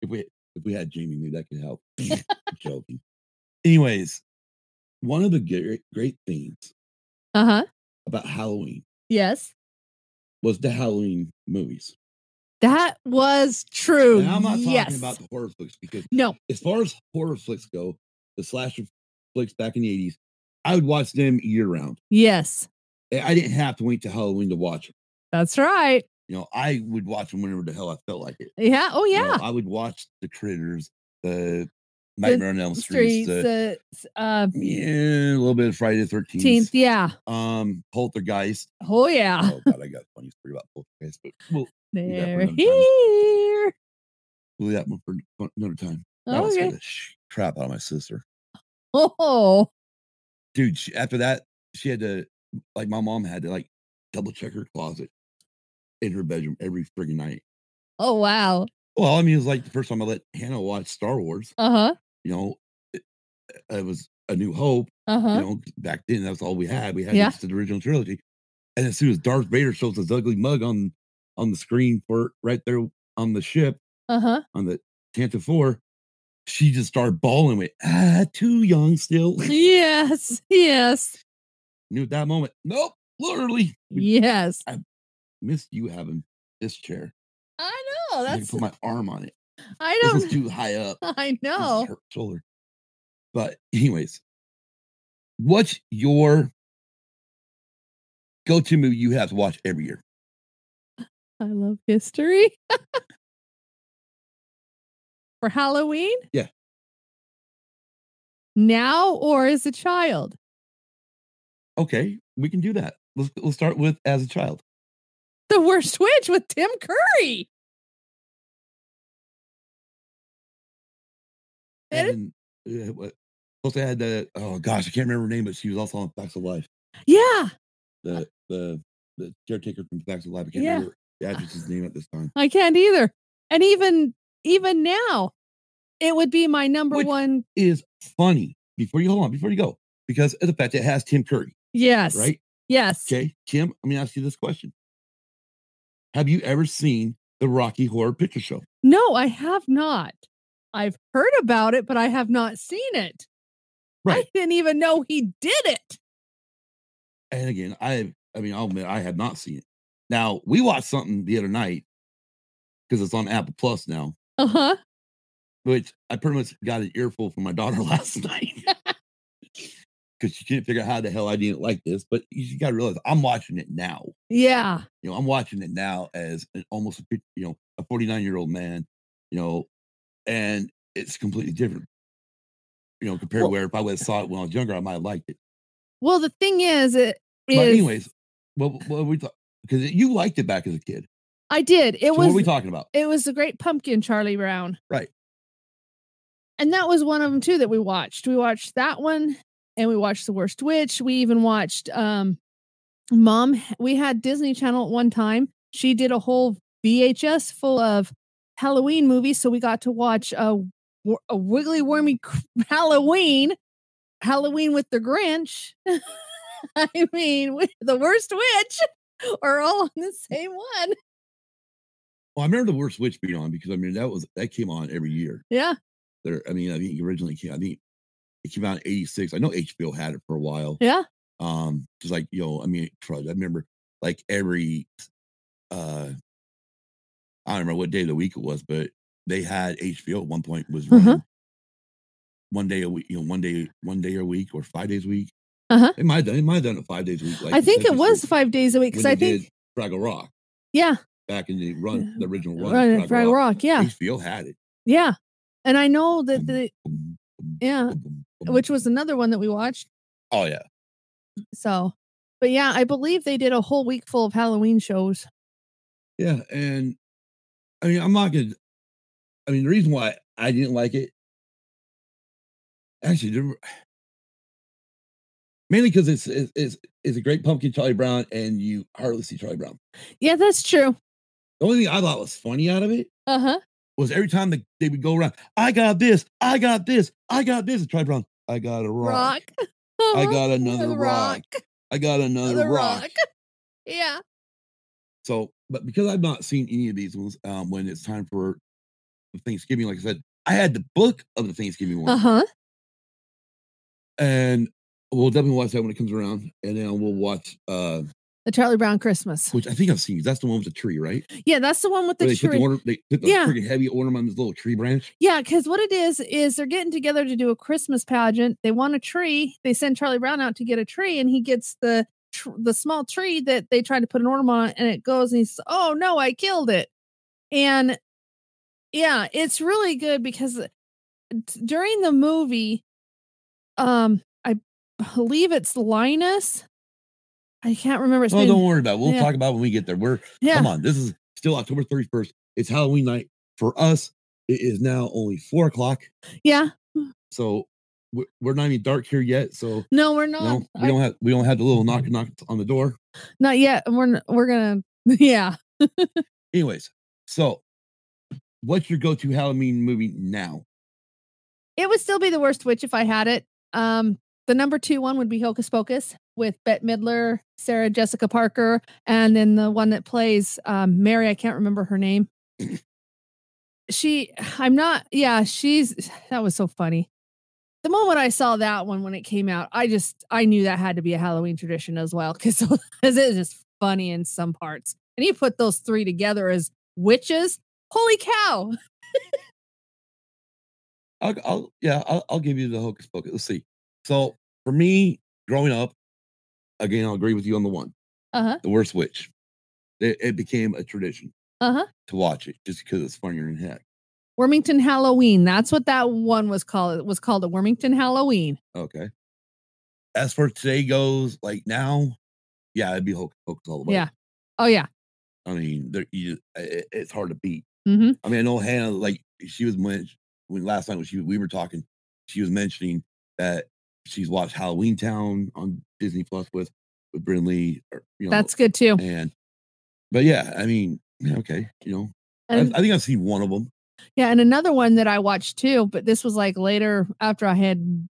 if we if we had Jamie, maybe that could help. joking. Anyways, one of the great, great things Uh huh. about Halloween Yes. was the Halloween movies. That was true. Now, I'm not talking Oh, yes. about the horror flicks because no. as far as horror flicks go, the slasher flicks back in the eighties, I would watch them year round. Yes. I I didn't have to wait to Halloween to watch them. That's right. You know, I would watch them whenever the hell I felt like it. Yeah. Oh, You know, yeah. I would watch the critters, the Nightmare on Elm Street, Streets. the, Uh, s- uh, yeah, a little bit of Friday the teenth. Thirteenth, Yeah. um, Poltergeist. Oh, yeah. Oh God, I got a funny story about Poltergeist, but we'll that They're one on time. here. leave that one for for another time. That was Oh, Okay. scared the sh- crap out of my sister, Oh. dude. She, after that, she had to like my mom had to like double check her closet in her bedroom every friggin' night. Oh, wow. Well, I mean, it was like the first time I let Hannah watch Star Wars. Uh huh. You know, it, it was A New Hope. Uh huh. You know, back then that's all we had. We had Yeah. just the original trilogy, and as soon as Darth Vader shows his ugly mug on on the screen for right there on the ship Uh huh. on the Tanta Four, she just started bawling. Went ah, too young still. yes. Yes. Knew at that moment. Nope, literally we Yes. missed you having this chair. I know. I had to Oh, That's. put my arm on it. I This is don't. too high up. I This is know. her shoulder. But anyways, what's your go-to movie you have to watch every year? I love history. For Halloween? Yeah. Now or as a child? Okay, we can do that. Let's let's start with as a child. The worst witch with Tim Curry. Eh? And then, uh, what- plus I had the oh gosh, I can't remember her name, but she was also on Facts of Life. Yeah, The the the caretaker from Facts of Life. I can't Uh Yeah. Uh remember the actress's name at this time. I can't either. And even even now, it would be my number Which- one. Is funny before you hold on, before you go, because of the fact that it has Tim Curry, Yes. right? Yes. Okay, Kim, let me ask you this question. Have you ever seen the Rocky Horror Picture Show? No, I have not. I've heard about it, but I have not seen it. I Right. didn't even know he did it. And again, I I mean, I'll admit I have not seen it. Now we watched something the other night because it's on Apple Plus now, Uh huh. which I pretty much got an earful from my daughter last night. Because she couldn't figure out how the hell I didn't like this, but you just gotta realize I'm watching it now. Yeah. You know, I'm watching it now as an almost a fif- you know a 49 year old man, you know, and it's completely different. You know, compared Well- where if I would have saw it when I was younger, I might have liked it. Well, the thing is, it But is. anyways, what what are we talking? Because you liked it back as a kid. I did. It So what was are we talking about? it was the Great Pumpkin, Charlie Brown. Right. And that was one of them too that we watched. We watched that one, and we watched The Worst Witch. We even watched um, Mom. h- We had Disney Channel at one time. She did a whole VHS full of Halloween movies, so we got to watch uh, wor- a wiggly wormy cr- Halloween, Halloween with the Grinch. I mean, wi- the worst witch are all on the same one. Well, I remember the worst witch being on because I mean that was that came on every year. Yeah. There, I mean, I think it originally came. I think it came out in '86. I know HBO had it for a while. Yeah. Um, just like you know, I mean, crud, I remember like every, uh, I don't remember what day of the week it was, but they had HBO at one point was Uh-huh. running one day a week, you know, one day, one day a week or five days a week. Uh-huh. They might have done, they might have done it five days a week. Like I think it Century was City five days a week because when I they think, did Fraggle Rock yeah, back in the run, the original run. of right, uh, Fraggle, Rock. Yeah. HBO had it. Yeah. And I know that Um, the, Boom, boom, yeah, boom, boom, boom. Uh, which was another one that we watched. oh yeah, So, but yeah, I believe they did a whole week full of Halloween shows. yeah, and I mean, I'm not gonna. I mean, the reason why I didn't like it, actually, there were, mainly because it's, it's it's it's a great pumpkin Charlie Brown, and you hardly see Charlie Brown. Yeah, that's true. The only thing I thought was funny out of it Uh huh. was every time they, they would go around, I got this, I got this, I got this, and Charlie Brown, I got a rock, Rock. I Uh-huh. got another rock. I got another The rock. rock. Yeah. So, but because I've not seen any of these ones, um, when it's time for the Thanksgiving, like I said, I had the book of the Thanksgiving one, Uh huh. and we'll definitely watch that when it comes around, and then we'll watch, uh, The Charlie Brown Christmas. which I think I've seen. That's the one with the tree, right? Yeah, that's the one with Where the they put tree. the order, they put the Yeah. freaking heavy ornament on this little tree branch. Yeah, because what it is is they're getting together to do a Christmas pageant. They want a tree. They send Charlie Brown out to get a tree, and he gets the tr- the small tree that they tried to put an ornament on, and it goes, and he says, "Oh no, I killed it." And yeah, it's really good because uh, t- during the movie, um, I believe it's Linus. I can't remember. It's Oh, been- don't worry about. it. We'll yeah. talk about it when we get there. We're yeah, come on. This is still October thirty first. It's Halloween night for us. It is now only four o'clock, yeah. so we're, we're not even dark here yet. So No, we're not. No, we I- Mm-hmm. don't have we don't have the little knock knock on the door. not yet. We're n- we're gonna. Yeah. Anyways, so what's your go-to Halloween movie now? It would still be the worst witch if I had it. Um, the number two one would be Hocus Pocus with Bette Midler, Sarah Jessica Parker, and then the one that plays um, Mary. I can't remember her name. she, I'm not. Yeah, she's. That was so funny. The moment I saw that one when it came out, I just I knew that had to be a Halloween tradition as well because it is just funny in some parts. And you put those three together as witches. Holy cow! I'll, I'll yeah, I'll, I'll give you the hocus pocus. Let's see. So for me, growing up, again, I'll agree with you on the one, Uh huh. the worst witch. It, it became a tradition Uh huh. to watch it just because it's funnier than heck. Wormington Halloween. That's what that one was called. It was called a Wormington Halloween. Okay. As for today goes, like now, yeah, it'd be hocus pocus all the way. Yeah. Oh yeah. I mean, there, you, it, it's hard to beat. Mm-hmm. I mean, I know Hannah, like she was men- when last night when she we were talking, she was mentioning that she's watched Halloween Town on Disney Plus with with Brynn Lee. Or, you know, That's good too. and but yeah, I mean, yeah, okay, you know, I, And I think I've seen one of them. yeah, and another one that I watched too, but this was like later after I had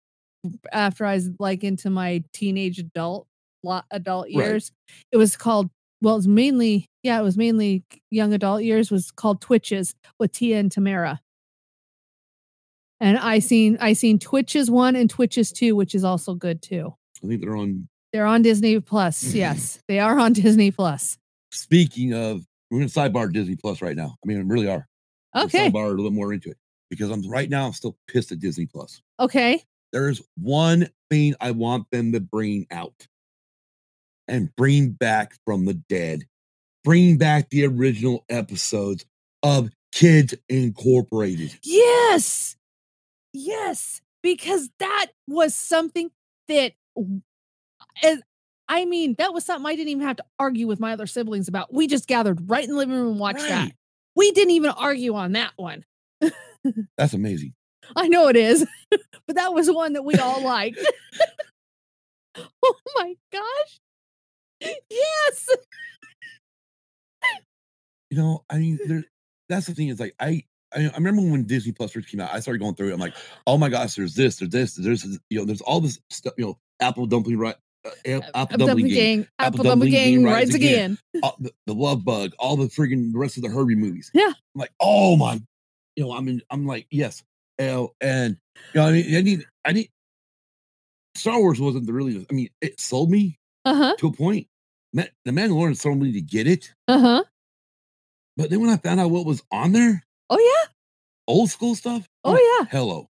after I was like into my teenage adult lo- adult Right. years. It was called well, it's mainly yeah, it was mainly young adult years was called Twitches with Tia and Tamara. And I seen I seen Twitches 1 and Twitches 2, which is also good too. I think they're on. They're on Disney Plus. Yes, they are on Disney Plus. Speaking of, we're gonna sidebar Disney Plus right now. I mean, we really are. We're gonna Okay. sidebar a little more into it because I'm right now. I'm still pissed at Disney Plus. Okay. There is one thing I want them to bring out and bring back from the dead. Bring back the original episodes of Kids Incorporated. Yes. Yes, because that was something that w- and I mean, that was something I didn't even have to argue with my other siblings about. We just gathered right in the living room and watched that. Right. We didn't even argue on that one. That's amazing. I know it is, but that was one that we all liked. oh my gosh. Yes. You know, I mean, there, that's the thing. Is like I I, I remember when Disney Plus first came out, I started going through it. I'm like, oh my gosh, there's this, there's this, there's this," you know, there's all this stuff, you know, apple dumpling right. Uh, a- apple dumpling game, Apple Dumpling Gang rides again. all the, the love bug, all the friggin' the rest of the Herbie movies. Yeah. I'm like, oh my, you know, I'm in, I'm like, yes. And, and you know, I mean, I need, I need, Star Wars wasn't the really, I mean, it sold me Uh huh. to a point. Ma- The Mandalorian sold me to get it. Uh huh. But then when I found out what was on there, Oh yeah. old school stuff, I'm like, Oh yeah. hello.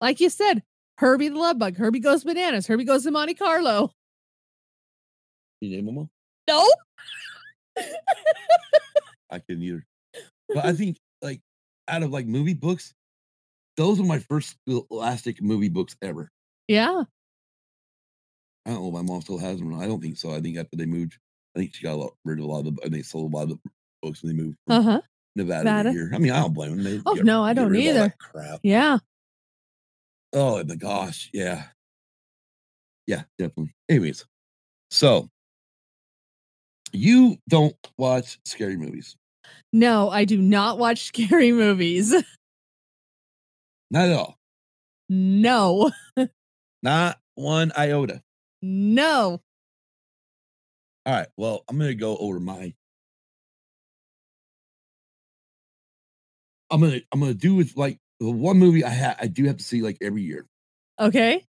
Like you said, Herbie the Love Bug. Herbie goes bananas. Herbie goes to Monte Carlo. You name them all? Nope. I couldn't either. But I think like out of like movie books, those were my first scholastic movie books ever. Yeah. I don't know if my mom still has them. or not. I don't think so. I think after they moved, I think she got a lot, rid of a lot of the, and they sold a lot of the books when they moved from Uh huh. Nevada, Nevada. to here. I mean, I don't blame them. They Oh, get- no, I get don't rid of all either. that Crap. Yeah. Oh my gosh, yeah, yeah, definitely. Anyways, so you don't watch scary movies, No, I do not watch scary movies. not at all, No. not one iota. No. All right, well, I'm gonna go over my. I'm gonna I'm gonna do with like the one movie I ha- I do have to see like every year, Okay.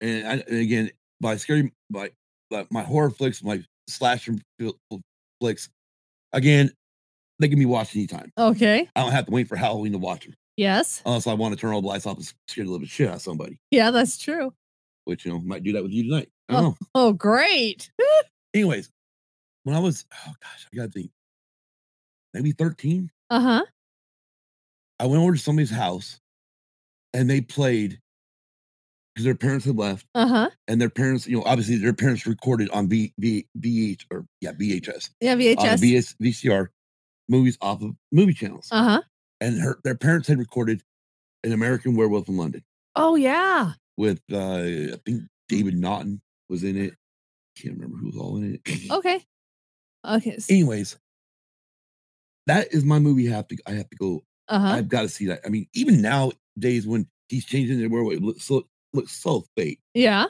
and, I, and again by scary by, by my horror flicks, my slasher fil- flicks, again they can be watched anytime. Okay. I don't have to wait for Halloween to watch them Yes. unless I want to turn all the lights off and s- scare the living shit out of somebody, Yeah, that's true. which you know might do that with you tonight. I don't know. Oh, great. Anyways, when I was oh gosh, I gotta think, maybe thirteen, Uh huh. I went over to somebody's house, and they played because their parents had left, Uh huh. and their parents, you know, obviously their parents recorded on V V VH or yeah VHS Yeah. on VHS. VS, VCR movies off of movie channels, Uh huh. and her their parents had recorded an American Werewolf in London. Oh yeah. with uh I think David Naughton was in it. Can't remember who was all in it. Okay. Okay. s- Anyways, that is my movie. I have to I have to go. Uh-huh. I've got to see that. I mean, even nowadays when he's changing the world, it looks so looks so fake. Yeah.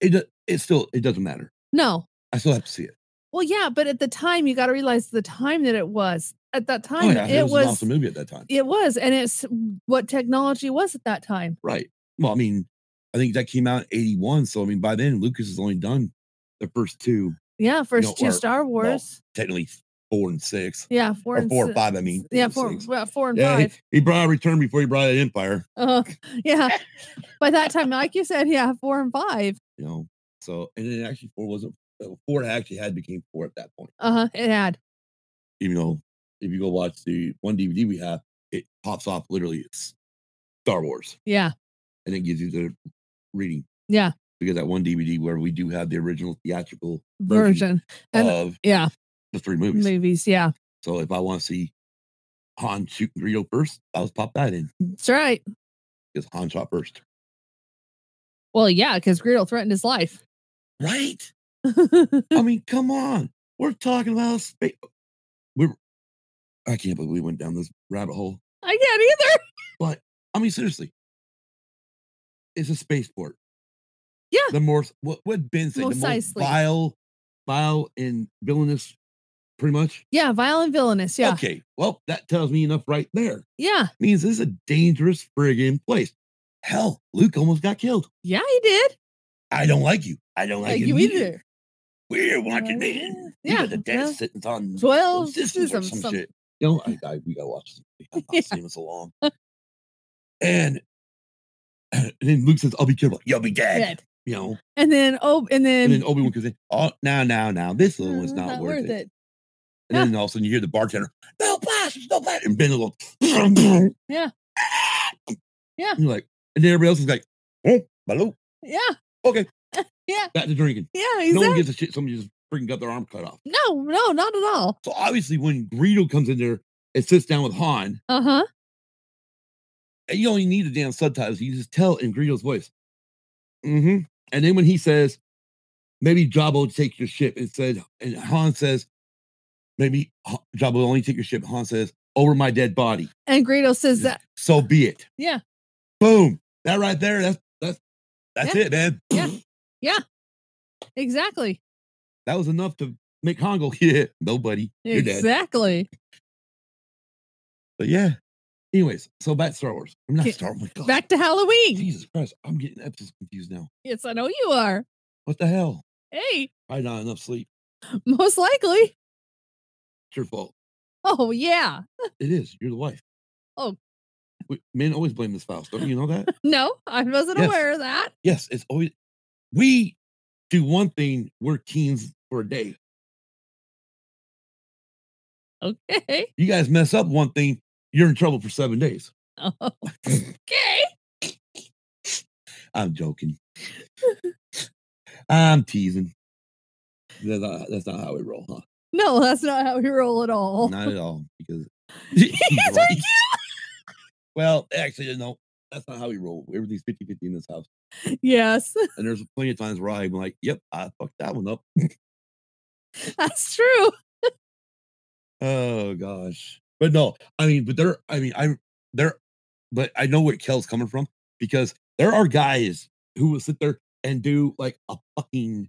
It do- it still it doesn't matter. No. I still have to see it. Well, yeah, but at the time you got to realize the time that it was. At that Oh, time yeah, it, was an awesome movie at that time, it was and it's what technology was at that time. right? Well, I mean, I think that came out in '81, so I mean, by then Lucas has only done the first two, Yeah, first two or- Star Wars. technically four and six, yeah, four or and four or si- five. I mean, Yeah, and four, six. well, four and Yeah, he, five. he brought a return before he brought an empire, Uh, yeah. By that time, like you said, yeah, four and five. you know. So and then actually four wasn't uh, four actually had became four at that point. Uh huh. It had. Even though if you go watch the one DVD we have, it pops off literally it's Star Wars Yeah. and it gives you the reading. Yeah. Because that one DVD where we do have the original theatrical Version Version. And- of Yeah. the three movies. Movies. Yeah. So if I want to see Han shooting Greedo first, I'll pop that in That's right. because Han shot first. Well, yeah, because Greedo threatened his life. Right? I mean, come on. We're talking about space. We're, I can't believe we went down this rabbit hole. I can't either. But I mean, seriously, it's a spaceport. Yeah. The more what would Ben say? the most Precisely. vile, vile and villainous, pretty much. Yeah, violent villainous. Yeah. Okay. Well, that tells me enough right there. Yeah. Means this is a dangerous friggin' place. Hell, Luke almost got killed. Yeah, he did. I don't like you. I don't like, Like you either. We're watching Well, men. yeah. You Yeah, got the death well, sentence on 12 systems or Oh, systems, some, some- shit. You know, I, I we gotta watch this. movie. I've not Yeah. seen it so long. And, and then Luke says, "I'll be careful. You'll be dead." Dead. You know, And then oh, and and then, then Obi Wan comes in. Oh, now, now, now, this little one's "Uh, not, worth, it. And Yeah. then all of a sudden you hear the bartender, "No passes, no passes," and Ben will go, Yeah. Yeah. And you're like, and then everybody else is like, "Oh, hello, Yeah. okay, Yeah. back to drinking." Yeah. No one Exactly. gives a shit. Somebody just freaking got their arm cut off. No, no, not at all. So obviously, when Greedo comes in there and sits down with Han, Uh huh. and you only need the damn subtitles. You just tell in Greedo's voice. hmm And then when he says, "Maybe Jabba will take your ship," and said, and Han says, "Maybe Ha- Jabba will only take your ship." Han says, over my dead body. And Greedo says that. So be it. Yeah. Boom. That right there. That's that's that's Yeah. it, man. Yeah. Exactly. That was enough to make Hongo. Yeah. Nobody. You're dead. Exactly. But yeah. Anyways, so back to Star Wars. I'm not Okay, Star Wars. God, Back to Halloween. Jesus Christ. I'm getting episodes confused now. Yes, I know you are. What the hell? Hey, Probably not enough sleep. most likely. It's your fault. Oh, yeah. It is. You're the wife. Oh. We, men always blame the spouse. Don't you know that? No, I wasn't Yes. aware of that. yes, it's always we do one thing, we're teens for a day. Okay. You guys mess up one thing, you're in trouble for seven days. Okay. I'm joking. I'm teasing. That's not, that's not how we roll, huh? No, that's not how we roll at all. Not at all. Because Yes, Right. well, actually, no, that's not how we roll. Everything's 50 50 in this house. Yes, And there's plenty of times where I'm like, yep, I fucked that one up. that's true. Oh gosh. But no, I mean, but there, I mean, I there, but I know where Kel's coming from because there are guys who will sit there and do like a fucking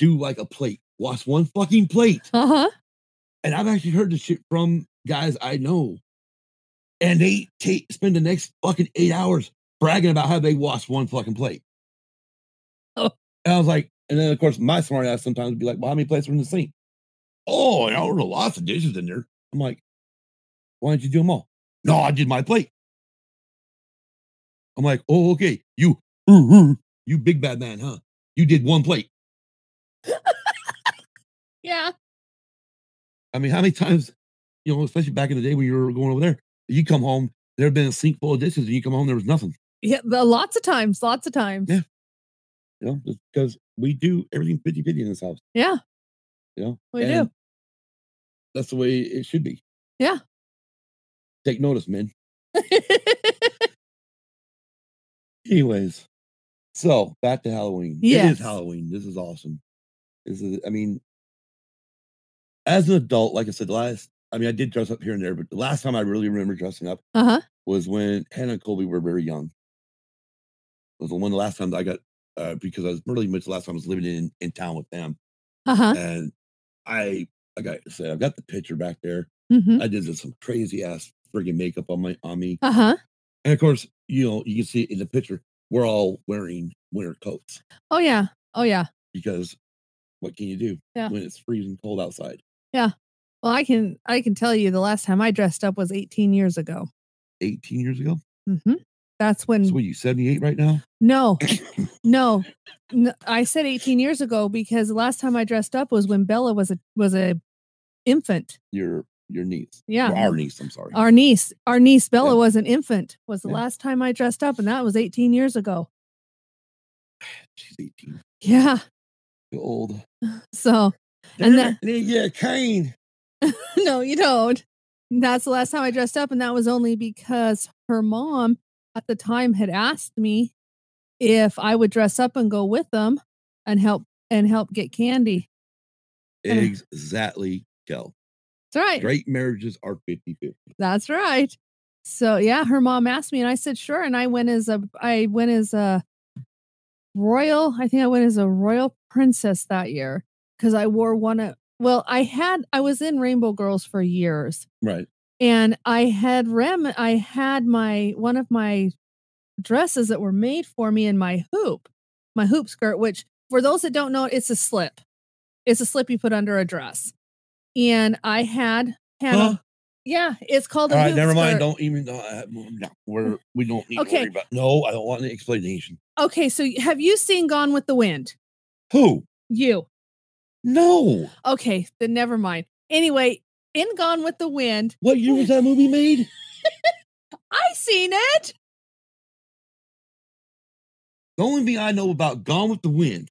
do like a plate, wash one fucking plate. Uh huh. And I've actually heard this shit from guys I know. And they take spend the next fucking eight hours bragging about how they washed one fucking plate. Oh. And I was like, and then of course my smart ass sometimes would be like, well, how many plates are in the sink? Oh, and I ordered lots of dishes in there. I'm like, why didn't you do them all? No, I did my plate. I'm like, oh, okay. You you big bad man, huh? You did one plate. Yeah. I mean, how many times, you know, especially back in the day when you were going over there, you come home, there had been a sink full of dishes, and you come home, there was nothing. Yeah. The, lots of times. Lots of times. Yeah. You know, just because we do everything 50 50 in this house. Yeah, You know, we and do. That's the way it should be. Yeah. Take notice, men. Anyways, so back to Halloween. It Yes. is Halloween. This is awesome. This is, I mean, as an adult, like I said, last, I mean, I did dress up here and there, but the last time I really remember dressing up uh huh. was when Hannah and Colby were very young. It was the one of the last time that I got uh, because I was really much the last time I was living in, in town with them. Uh huh. And I I got to say, I've got the picture back there. Mm-hmm. I did some crazy ass friggin' makeup on my on me. Uh huh. And of course, you know, you can see in the picture, we're all wearing winter coats Oh yeah. Oh yeah. because what can you do Yeah. when it's freezing cold outside? Well, I can I can tell you the last time I dressed up was 18 years ago. 18 years ago? Mm-hmm. That's when So what are you 78 right now? No, no, N- I said 18 years ago because the last time I dressed up was when Bella was a was a infant. Your your niece. Yeah, Well, our niece, I'm sorry. our niece, our niece Bella Yeah. was an infant. Was the Yeah. last time I dressed up, and that was 18 years ago. She's 18. Yeah, Too old. so And Damn it, need you a cane. no, you don't. That's the last time I dressed up, and that was only because her mom at the time had asked me if I would dress up and go with them and help and help get candy. Yeah. Exactly, Kel. That's right. Great marriages are 50 50. That's right. So yeah, her mom asked me, and I said sure. And I went as a I went as a royal. I think I went as a royal princess that year because I wore one of. Well, I had I was in Rainbow Girls for years, Right. and I had rem. I had my one of my dresses that were made for me in my hoop, my hoop skirt. Which for those that don't know, it's a slip. It's a slip you put under a dress, and I had had. Huh? Yeah, it's called a All right, hoop never mind. skirt. Don't even. Uh, no, we're, we don't need to Mm. Okay. worry about No, I don't want an explanation. Okay, so y- have you seen Gone with the Wind? Who? You. No. Okay, then never mind. Anyway, in Gone with the Wind, What year was that movie made? I seen it. The only thing I know about Gone with the Wind,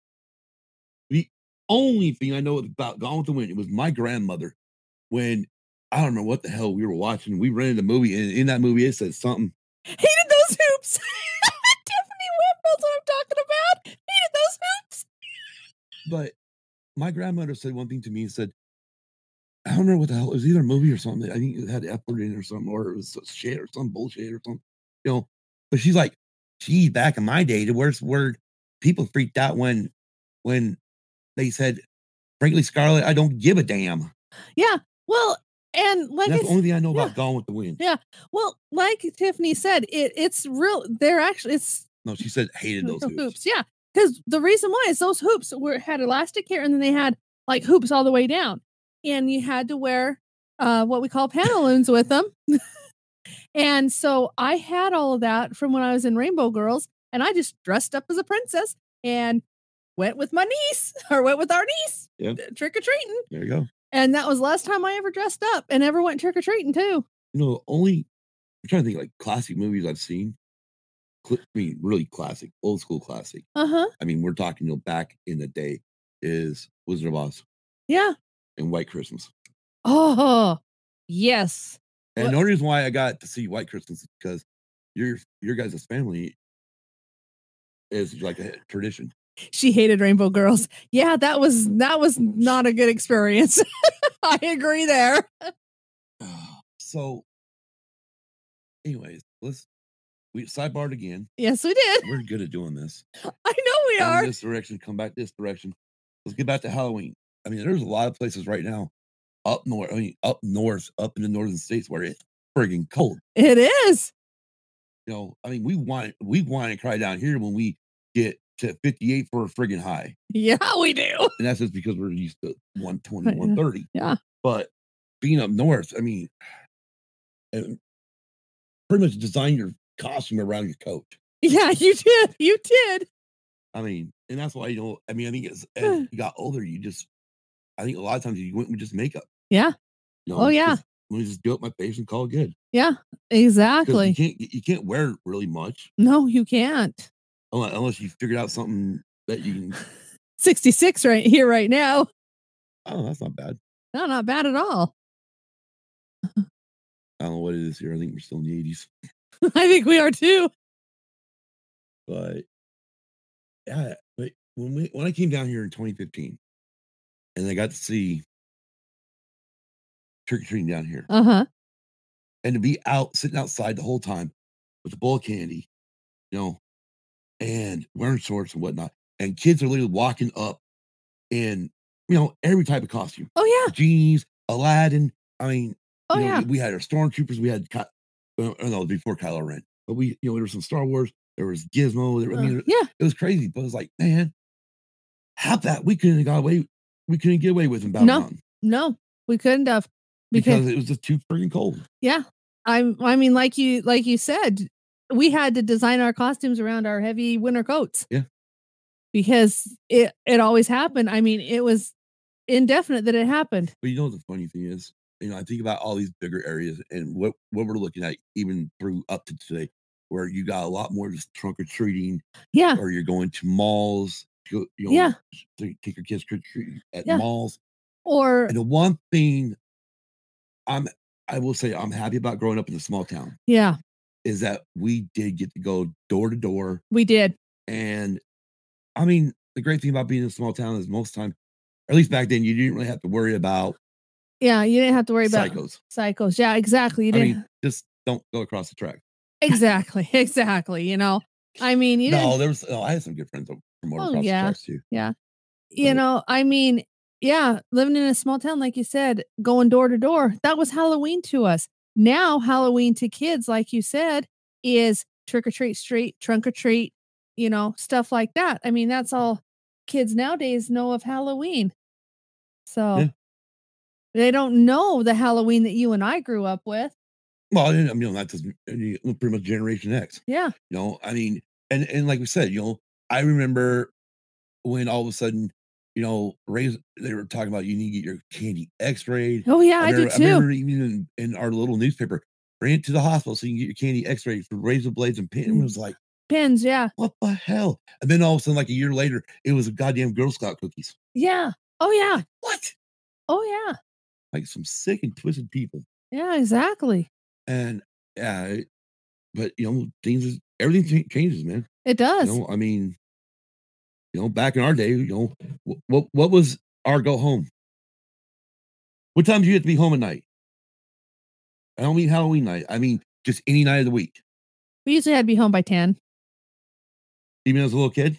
the only thing I know about Gone with the Wind, it was my grandmother when I don't remember what the hell we were watching. We rented a movie, and in that movie, it said something. He did those hoops. Tiffany Whip, that's what I'm talking about. He did those hoops. But my grandmother said one thing to me and said, I don't remember what the hell it was either a movie or something. I think it had Epler in it or something, or it was some shit or some bullshit or something. You know, but she's like, gee, back in my day, the worst word people freaked out when when they said, frankly, Scarlett, I don't give a damn. Yeah. Well, and like And I that's the only thing I know yeah. about Gone with the Wind. Yeah. Well, like Tiffany said, it it's real. They're actually it's No, she said hated those the hoops. hoops. Yeah, because the reason why is those hoops were had elastic here, and then they had like hoops all the way down, and you had to wear uh, what we call pantaloons with them. and so I had all of that from when I was in Rainbow Girls, and I just dressed up as a princess and went with my niece or went with our niece Yeah. trick or treating, There you go. and that was the last time I ever dressed up and ever went trick or treating too. You know, the only I'm trying to think like classic movies I've seen. cl- I mean, really classic, old school classic. Uh huh. I mean, we're talking you know, back in the day is Wizard of Oz Yeah. and White Christmas. Oh, yes. And What- the only reason why I got to see White Christmas is because your your guys' family is like a tradition. She hated Rainbow Girls. Yeah, that was that was not a good experience. I agree there. Ah. So, anyways, let's we sidebarred again. Yes, we did. We're good at doing this. I know we Come are. this direction, come back this direction. Let's get back to Halloween. I mean, there's a lot of places right now up north. I mean, up north, up in the northern states where it's friggin' cold. It is. You know, I mean, we want we want to cry down here when we get to 58 for a friggin' high. Yeah, we do. and that's just because we're used to 120 Right, yeah. 130 Yeah. but being up north i mean and pretty much design your costume around your coat Yeah, you did. You did. i mean and that's why you know i mean i think as, as you got older you just i think a lot of times you went with just makeup Yeah. you Oh, yeah. just, let me just do up my face and call it good Yeah, 'Cause exactly. you can't you can't wear really much no, you can't. unless, unless you figured out something that you can 66 right here right now. oh that's not bad No, not bad at all. i don't know what it is here i think we're still in the 80s I think we are too. but yeah, but when we when I came down here in 2015, and I got to see trick or treating down here, Uh-huh. and to be out sitting outside the whole time with a bowl of candy, you know, and wearing shorts and whatnot, and kids are literally walking up in you know every type of costume, Oh yeah. genies, Aladdin. I mean, Oh you know, yeah. we had our stormtroopers. We had, Ky- well, no, before Kylo Ren, but we, you know, there was some Star Wars. There was Gizmo. There, I mean, Uh, yeah. it was crazy, but it was like, man, how that we couldn't have got away, we couldn't get away with in Battle No, Mountain No, we couldn't have because, because it was just too freaking cold. Yeah. I I mean like you like you said, we had to design our costumes around our heavy winter coats. Yeah. Because it it always happened. I mean, it was indefinite that it happened. But you know what the funny thing is? You know, I think about all these bigger areas and what what we're looking at even through up to today, where you got a lot more just trunk or treating, Yeah. or you're going to malls. to go- You know, Yeah. to take your kids trick or treating at Yeah. malls. Or And the one thing I'm I will say I'm happy about growing up in a small town yeah, is that we did get to go door to door we did. And I mean, the great thing about being in a small town is most time, or at least back then, you didn't really have to worry about Yeah, you didn't have to worry about psychos. cycles. Yeah, exactly. You I didn't mean, just don't go across the track. exactly, exactly. You know, I mean, you didn't no, there was. Oh, I had some good friends over from over Oh, across yeah. the tracks too. you Right. know, I mean, yeah, living in a small town, like you said, going door to door, that was Halloween to us. Now, Halloween to kids, like you said, is trick or treat street, trunk or treat, you know, stuff like that. I mean, that's all kids nowadays know of Halloween. So Yeah. they don't know the Halloween that you and I grew up with. Well, I mean, you know, that's just you know, pretty much Generation X. Yeah. You know, I mean, and and like we said, you know, I remember when all of a sudden, you know, raise they were talking about you need to get your candy X-rayed. Oh, yeah, I, do remember, too. remember even in, in our little newspaper, bring it to the hospital so you can get your candy X-rayed for razor blades and pin. It Mm. was like. Pins. Yeah. what the hell? And then all of a sudden, like a year later, it was goddamn Girl Scout cookies. Yeah. Oh, yeah. What? Oh, yeah. Like some sick and twisted people. Yeah, exactly. And yeah, it- but you know, things is, everything cha- changes, man. It You does. know, I mean, you know, back in our day, you know, what what was our go home? What time do you have to be home at night? I don't mean Halloween night. I mean just any night of the week. We usually had to be home by 10. Even as a little kid.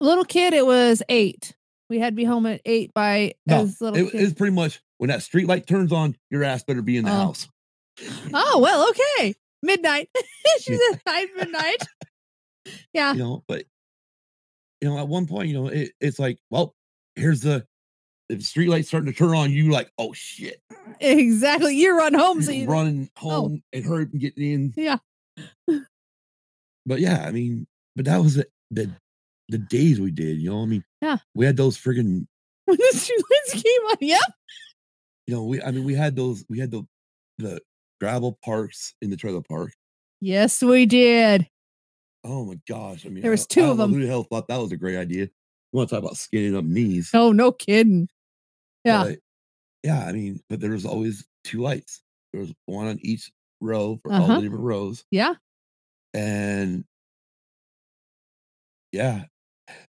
Little kid, it was eight. We had to be home at eight by No, as little It, kid. it's pretty much when that street light turns on, your ass better be in the Oh. house. Oh well, okay. Midnight. She's at night midnight. Yeah. You know, but you know, at one point, you know, it, it's like, well, here's the if the street light's starting to turn on, you like, oh shit. Exactly. You run home so you running home and hurry up and getting in. oh. Yeah. but yeah, I mean, but that was the, the the days we did, you know. I mean, Yeah. we had those friggin', when the street lights came on. Yep. you know, we I mean, we had those, we had the the gravel parks in the trailer park. Yes, we did. Oh my gosh! I mean, There I was don't- I two of don't know them. Who the hell thought that was a great idea? You want to talk about skinning up knees? Oh, no kidding. Yeah. but- yeah, I mean, but there was always two lights. There was one on each row for all Uh-huh. the different rows. Yeah. And yeah,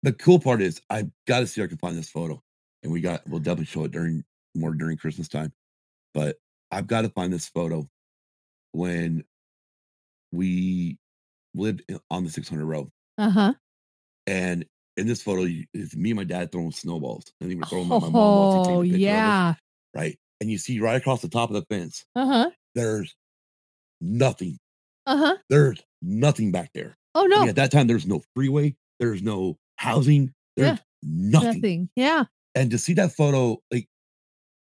the cool part is I got to see if I can find this photo, and we got we'll definitely show it during more during Christmas time. But I've got to find this photo when we lived in- on the 600 row, Uh-huh. and in this photo, you- it's me and my dad throwing snowballs. I think we're throwing them at my mom. while she's taking a Oh, picture of us, yeah. right, and you see right across the top of the fence, Uh-huh. there's nothing. Uh-huh. There's nothing back there. Oh I no. mean, at that time, there's no freeway, there's no housing, Yeah. there's nothing. Nothing. Yeah. And to see that photo, like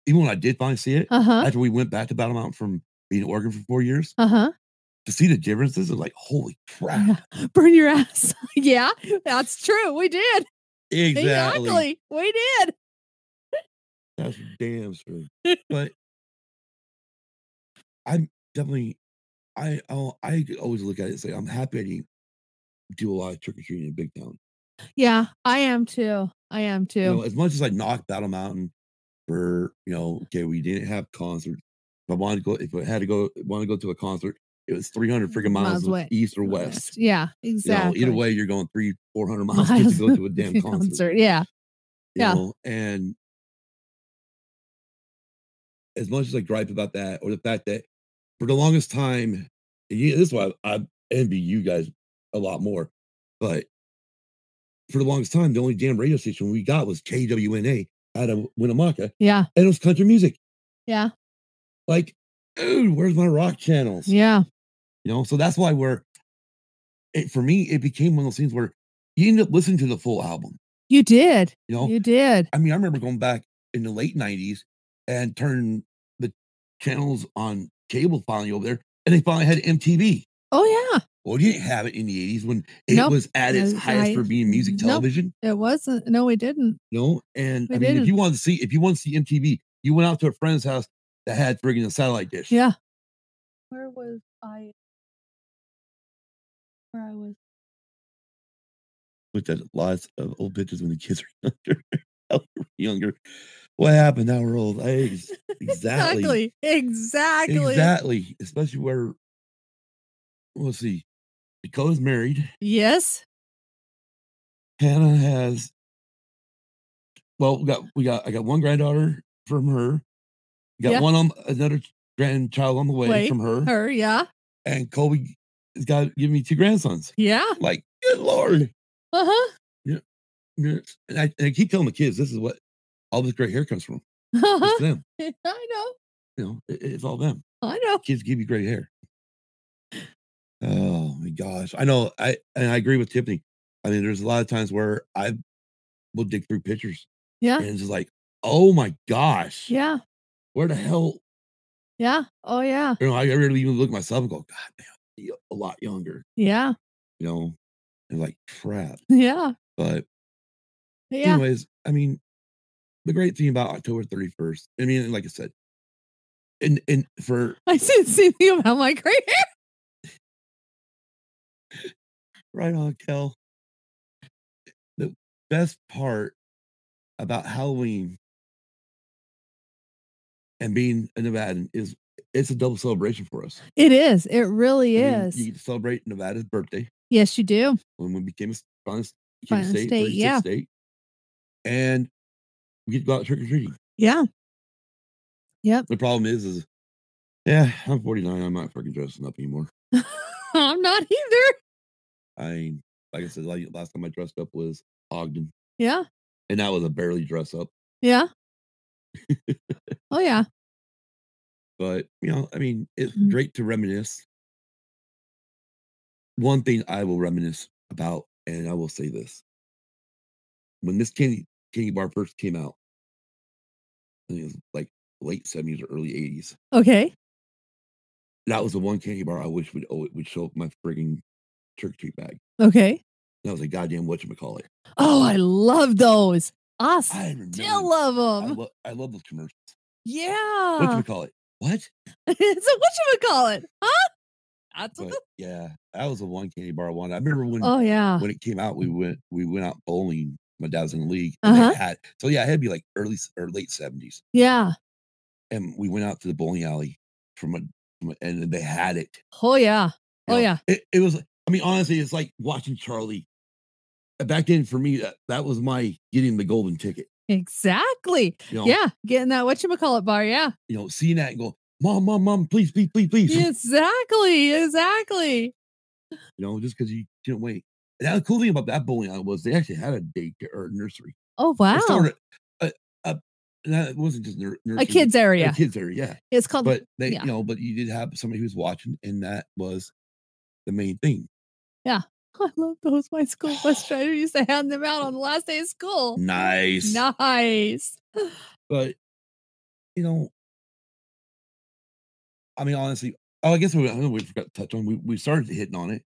even when I did finally see it, Uh-huh. after we went back to Battle Mountain from being in Oregon for four years, Uh-huh. to see the differences is like, holy crap. Yeah. Burn your ass. yeah. That's true. We did. Exactly. Exactly. We did. That's damn true. but I'm definitely, I I'll, I always look at it and say, I'm happy I didn't do a lot of trick or treating in Big Town. Yeah. I am too. I am too. you know, as much as I knocked Battle Mountain for, you know, okay, we didn't have concerts. If I wanted to go, if I had to go, want to go to a concert, it was 300 freaking miles, Miles w- away. east or Not west. best. Yeah. You know, Exactly. either way, you're going three, 400 miles, just to go to a damn concert. Yeah. you yeah. know, And as much as I gripe about that, or the fact that for the longest time, and you, this is why I envy you guys a lot more, but for the longest time, the only damn radio station we got was KWNA out of Winnemucca, Yeah. and it was country music. Yeah. Like, dude, where's my rock channels? Yeah. You know, so that's why we're, it, for me, it became one of those things where you end up listening to the full album. You did. You know, You did. I mean, I remember going back in the late '90s and turn the channels on cable finally over there, and they finally had MTV. Oh Well, you didn't have it in the '80s when it Nope. was at its Uh, highest I- for being music nope. television. yeah. It wasn't. No, we didn't. No, and I We mean, if you didn't. wanted to see, if you wanted to see MTV, you went out to a friend's house that had friggin' a satellite dish. Yeah. Where was I? Where I was. with that lots of old pictures when the kids are younger. younger. What happened? Now we're old. I, ex- exactly. Exactly. Exactly. Exactly. Especially where, let's see, Dakota's married. Yes. Hannah has, well, we got, we got, I got one granddaughter from her. We got Yeah. one on another grandchild on the way Wait, from her. Her. Yeah. And Kobe has got give me two grandsons. Yeah. Like, good Lord. Uh huh. And I, and I keep telling the kids, this is what all this gray hair comes from. Uh It's huh. them. I know. You know, it- it's all them. I know. kids give you gray hair. Oh my gosh. I know I and I agree with Tiffany. I mean, there's a lot of times where I will dig through pictures Yeah. and it's just like, oh my gosh, Yeah. where the hell? Yeah. Oh yeah. You know, I really even look at myself and go, God man, I feel a lot younger, Yeah. you know, and like crap. Yeah. But Yeah. anyways, I mean, the great thing about October 31st, I mean, like I said, and and for I said the same thing about my great hair. Right on, Kel. The best part about Halloween and being a Nevadan is it's a double celebration for us. It is. It really I mean, is. you get to celebrate Nevada's birthday yes, you do. when we became a s- finally s- became a Finally state, state, 36th yeah. state. And we get to go out trick or treating. Yeah. Yep. The problem is, is yeah, I'm 49. I'm not fucking dressing up anymore. I'm not either. I like I said, like, last time I dressed up was Ogden, Yeah. and that was a barely dress up. Yeah. oh yeah. But you know, I mean, it's Mhm. great to reminisce. One thing I will reminisce about, and I will say this: when this candy candy bar first came out, I think it was like late seventies or early eighties. Okay. That was the one candy bar I wish would oh, it would show up in my frigging trick or treat bag. Okay. That was a goddamn whatchamacallit. Oh, I love those. I still I remember. love I, them. lo- I love those commercials. yeah. Whatchamacallit? What? it's a whatchamacallit, huh? That's what But the- yeah, that was the one candy bar one. I remember when oh yeah. when it came out, we went we went out bowling. My dad's in the league. and they Uh-huh. had- so yeah, it had to be like early s- or late seventies, Yeah. and we went out to the bowling alley from a, from a and then they had it. Oh yeah. you Oh know? yeah. it, it was. I mean, honestly, it's like watching Charlie. Uh, Back then, for me, that, that was my getting the golden ticket. Exactly. You know, Yeah. Getting that whatchamacallit bar. Yeah. you know, seeing that and going, mom, mom, mom, please, please, please, please. Exactly. Exactly. You know, just because you didn't wait. And that- the cool thing about that bowling alley was they actually had a daycare or nursery. Oh It wow. started a, a, that wasn't just nur- nursery, A kids area. a kids area, yeah. It's called But they, yeah. you know, but you did have somebody who was watching, and that was the main thing. I love those. My school bus driver used to hand them out on the last day of school. Nice, Nice. but you know, I mean, honestly, oh, I guess we, I know we forgot to touch on. We we started hitting on it.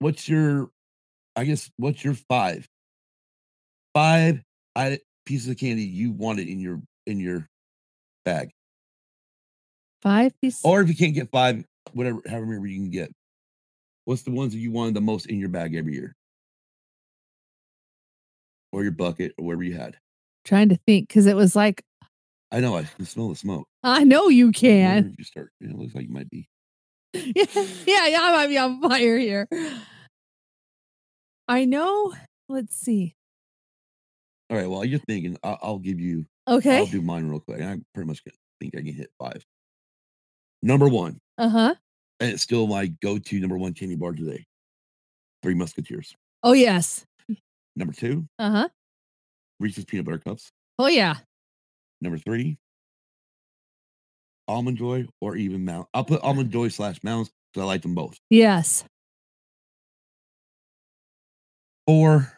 What's your, I guess, what's your five, five I, pieces of candy you wanted in your in your bag, Five pieces. or if you can't get five, whatever, however many you can get. What's the ones that you wanted the most in your bag every year, or your bucket, or wherever you had? trying to think because it was like, I know I can smell the smoke. I know you I can. wonder if you start, it looks like you might be. Mm. yeah, yeah, yeah, I might be on fire here. I know. Let's see. All right. Well, you're thinking. I'll, I'll give you. I'll Okay. do mine real quick. I pretty much can- think I can hit five. Number one, Uh huh. and it's still my go-to number one candy bar today. Three Musketeers. Oh yes. Number two, Uh huh. Reese's peanut butter cups. Oh yeah. Number three, almond joy or even mound. I'll put almond joy slash mounds because I like them both. Yes. Four,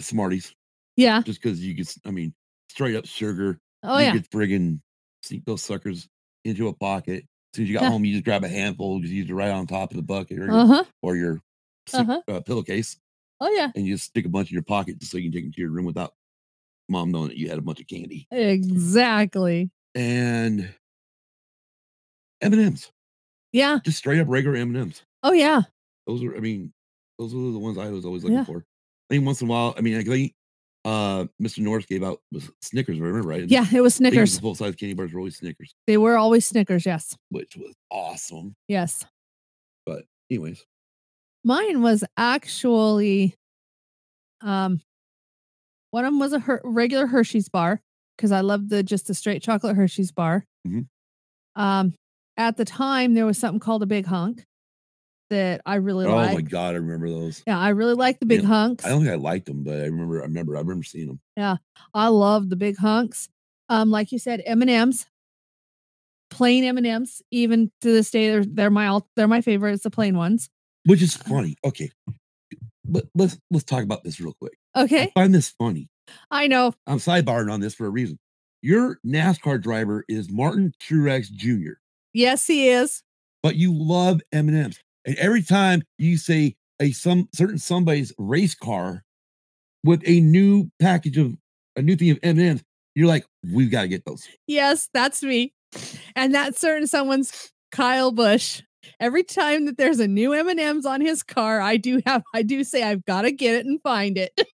Smarties, Yeah. just because you could. s- I mean, straight up sugar. Oh you yeah. could friggin' sneak those suckers into a pocket. As soon as you got Yeah. home, you just grab a handful, just use it right on top of the bucket or, your- Uh huh. or your suit- Uh-huh. uh, pillowcase, Oh yeah. and you just stick a bunch in your pocket just so you can take them to your room without mom knowing that you had a bunch of candy Exactly. and M and M's, Yeah. just straight up regular M and M's. Oh yeah. Those were, I mean, those were the ones I was always looking Yeah. for. I mean, once in a while, I mean, like, they- uh, Mr. Norris gave out was Snickers, if I remember right? And Yeah. It was I think it was Snickers. The full size candy bars were always Snickers, They were always Snickers. Yes. which was awesome. Yes. But anyways, Mine was actually, um, one of them was a her- regular Hershey's bar because I loved the just the straight chocolate Hershey's bar. Mhm. Um, at the time there was something called a big hunk that I really oh liked. my god, I remember those. Yeah, I really liked the big Yeah, hunks. I I, don't think I liked them, but I remember, I remember, I remember seeing them. love the big hunks. Um, like you said, M and M's, plain M and M's. Even to this day, they're they're my all, they're my favorites. The plain ones. Which is Uh-huh. funny. Okay, but let's let's talk about this real quick. I Okay, find this funny. I know. I'm sidebarring on this for a reason. Your NASCAR driver is Martin Truex Jr., Yes, he is. but you love M and M's, and every time you say a some certain somebody's race car with a new package of a new thing of M and M's, you're like, we've got to get those. Yes, that's me. And that certain someone's Kyle Bush. Every time that there's a new M&Ms on his car, I do have I do say I've got to get it and find it.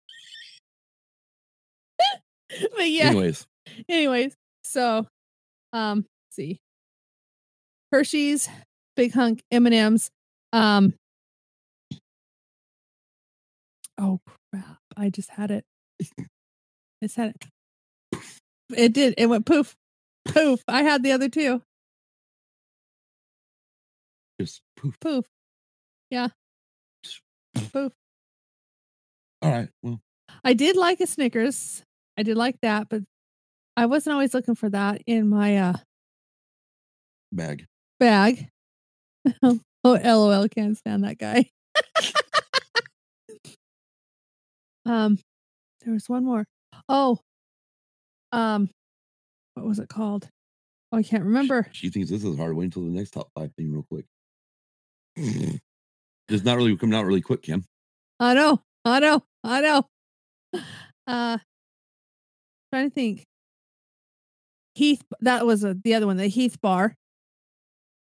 but yeah, Anyways, anyways, so um let's see. Hershey's, Big Hunk, M&Ms. Um Oh crap, I just had it. It's had it did. It went poof. Poof. I had the other two. Just poof. Poof. Yeah. Poof. All right. Well, I did like a Snickers. I did like that, but I wasn't always looking for that in my uh bag. bag. oh, lol, can't stand that guy. um, there was one more. Oh, um, what was it called? Oh, I can't remember. She thinks this is hard. Wait until the next top five thing, real quick. it's not really coming out really quick, Kim. I know, I know, I know. Uh, trying to think. Heath, that was a, the other one, the Heath bar,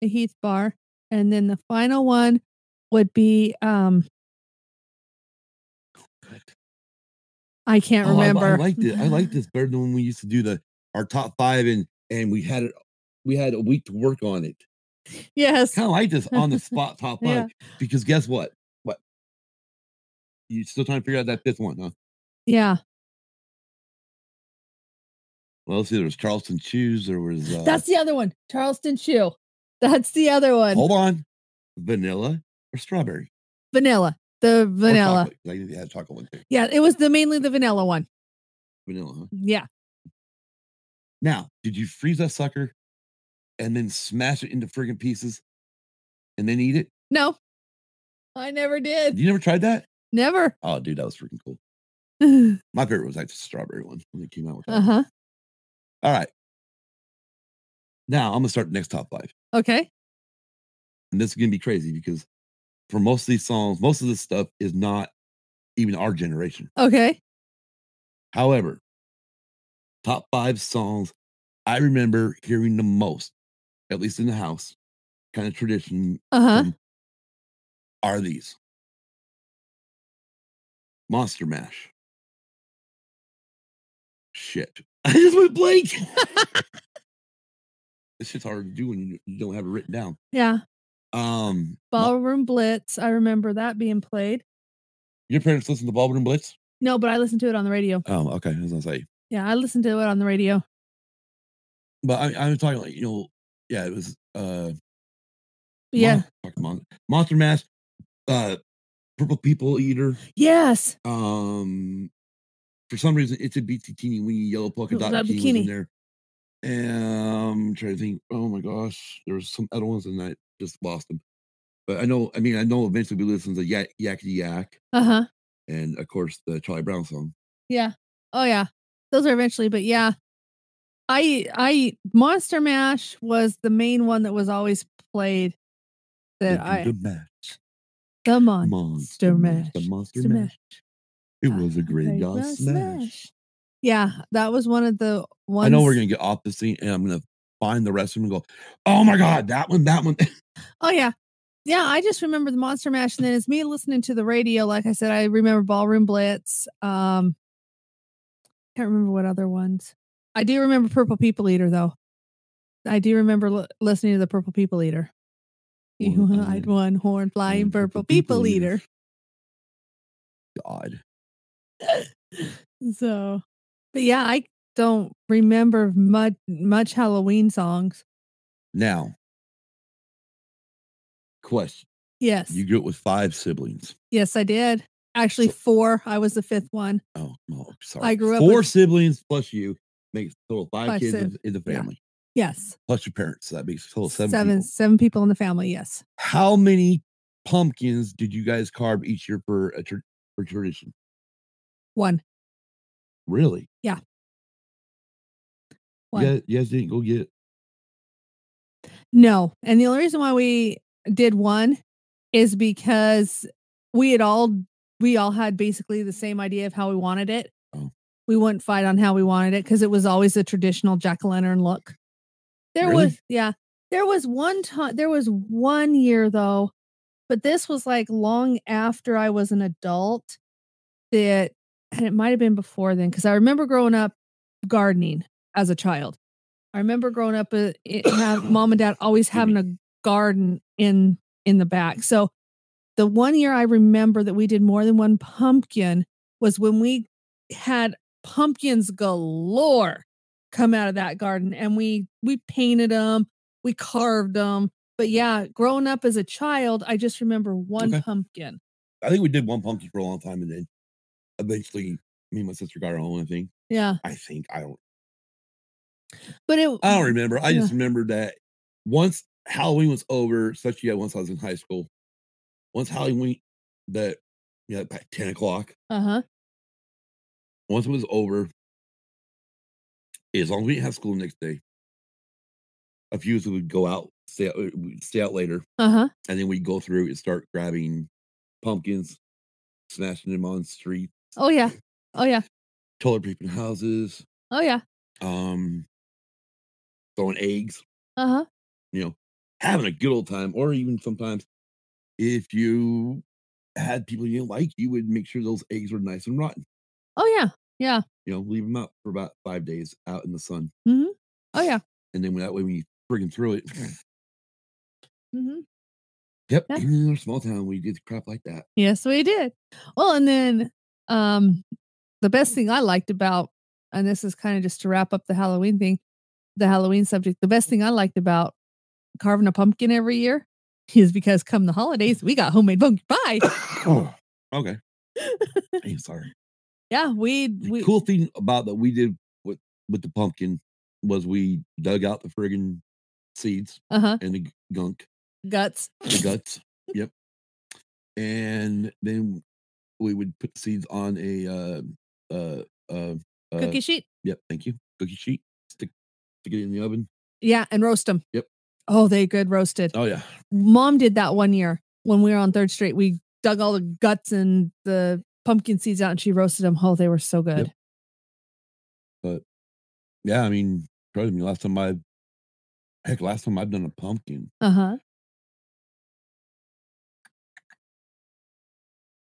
the Heath bar, and then the final one would be um. Good. I can't Oh, I li- remember. I, liked it. I liked this better than when we used to do the our top five and and we had it. We had a week to work on it. Yes. Kind of like this on the spot top Yeah. five because guess what? What? You still trying to figure out that fifth one, huh? Yeah. Well, let's see. There was Charleston Chews. There was uh, That's the other one. Charleston Chew. That's the other one. hold on, vanilla or strawberry? Vanilla. The Or vanilla. chocolate, 'cause I think they had chocolate one too. Yeah, it was the mainly the vanilla one. Vanilla. Huh? Yeah. Now, did you freeze that sucker and then smash it into friggin' pieces and then eat it? No. I never did. You never tried that? Never. Oh, dude, that was freaking cool. uh-huh. My favorite was like the strawberry one when they came out with that. All right. Now I'm gonna start the next top five. Okay. And this is gonna be crazy because for most of these songs, most of this stuff is not even our generation. Okay. However, top five songs I remember hearing the most, at least in the house, kind of tradition Uh-huh. Um, are these Monster Mash. Shit. I just went blank. this shit's hard to do when you, you don't have it written down. Yeah. Um, Mo- Ballroom Blitz. I remember that being played. your parents listen to Ballroom Blitz? No, but I listened to it on the radio. Um, okay, I was gonna say, Yeah, I listened to it on the radio. but I, I was talking like you know, yeah, it was uh, Yeah. Mon- fuck, Mon- Monster Mash, uh, Purple People Eater. Yes. Um, for some reason, it's a BT teeny weeny yellow polka Oh, dot that bikini, was in bikini. there. Um, trying to think. Oh my gosh, there was some other ones and I just lost them. But I know. I mean, I know eventually we listened to Yak Yakety Yak, Uh-huh. and of course the Charlie Brown song. Yeah. Oh yeah. Those are eventually, but yeah. I I Monster Mash was the main one that was always played. That They do I the match, the mon- monster Monster mash, Mash. the monster Monster mash. Mash. It was a Ah, graveyard graveyard smash. smash. Yeah, that was one of the ones. I know we're gonna get off this scene, and I'm gonna find the rest of them and go. Oh my god, that one, that one. Oh yeah. Yeah, I just remember the Monster Mash and then it's me listening to the radio. Like I said, I remember Ballroom Blitz. Um can't remember what other ones. I do remember Purple People Eater though. I do remember li- listening to the Purple People Eater. You One eyed eyed, one horn flying one purple people eater. God, So, but yeah, I don't remember much much Halloween songs. now. Question. Yes, You grew up with five siblings. yes, I did. Actually, four. I was the fifth one. Oh, no, sorry. grew up four with- siblings plus you makes total five, Five kids in, sib- in the yeah. family Yes, plus your parents. So that makes total seven. seven people. seven people in the family. Yes, How many pumpkins did you guys carve each year for a tr- for tradition? one, Really? one. Yeah, you guys didn't go get. No, and the only reason why we did one is because we had all we all had basically the same idea of how we wanted it. Oh. We wouldn't fight on how we wanted it because it was always the traditional jack o' lantern look. There Really? was yeah, there was one time there was one year though, but this was like long after I was an adult that and it might have been before then because I remember growing up gardening as a child. I remember growing up, uh, it, have, mom and dad always Excuse me. having a garden in in the back. So the one year I remember that we did more than one pumpkin was when we had pumpkins galore come out of that garden and we we painted them we carved them but yeah growing up as a child i just remember one Okay. pumpkin I think we did one pumpkin for a long time, and then eventually, me and my sister got our own. I think. yeah I think I don't. but it I don't remember. I just remember that once Halloween was over, especially yeah, once I was in high school, once Halloween, that yeah, you know, about ten o'clock. uh-huh Once it was over, as long as we didn't have school the next day, a few of us would go out, stay out, uh, we'd stay out later, uh-huh and then we'd go through and start grabbing pumpkins, smashing them on the street, oh yeah oh yeah taller people in houses, oh yeah um, throwing eggs, uh-huh you know, having a good old time, or even sometimes if you had people you didn't like, you would make sure those eggs were nice and rotten. oh yeah yeah You know, leave them out for about five days out in the sun, oh yeah and then that way when you friggin' throw it, hmm yep, Yeah. even in our small town, we did crap like that. Yes, we did. Well, and then um the best thing I liked about and this is kind of just to wrap up the Halloween thing, the Halloween subject. The best thing I liked about carving a pumpkin every year is because come the holidays, we got homemade pumpkin pie. oh, okay. I'm sorry. Yeah, we The we cool thing about that we did with with the pumpkin was we dug out the friggin' seeds uh-huh, and the g- gunk guts. the guts. Yep. And then we would put the seeds on a uh uh uh, uh Cookie sheet. Yep, thank you. Cookie sheet. Stick stick it in the oven. Yeah, and roast them. Yep. Oh, they good roasted. Oh yeah. Mom did that one year when we were on 3rd Street. We dug all the guts and the pumpkin seeds out and she roasted them. Oh, they were so good. Yeah, I mean, trust me, last time I heck last time I've done a pumpkin, Uh-huh.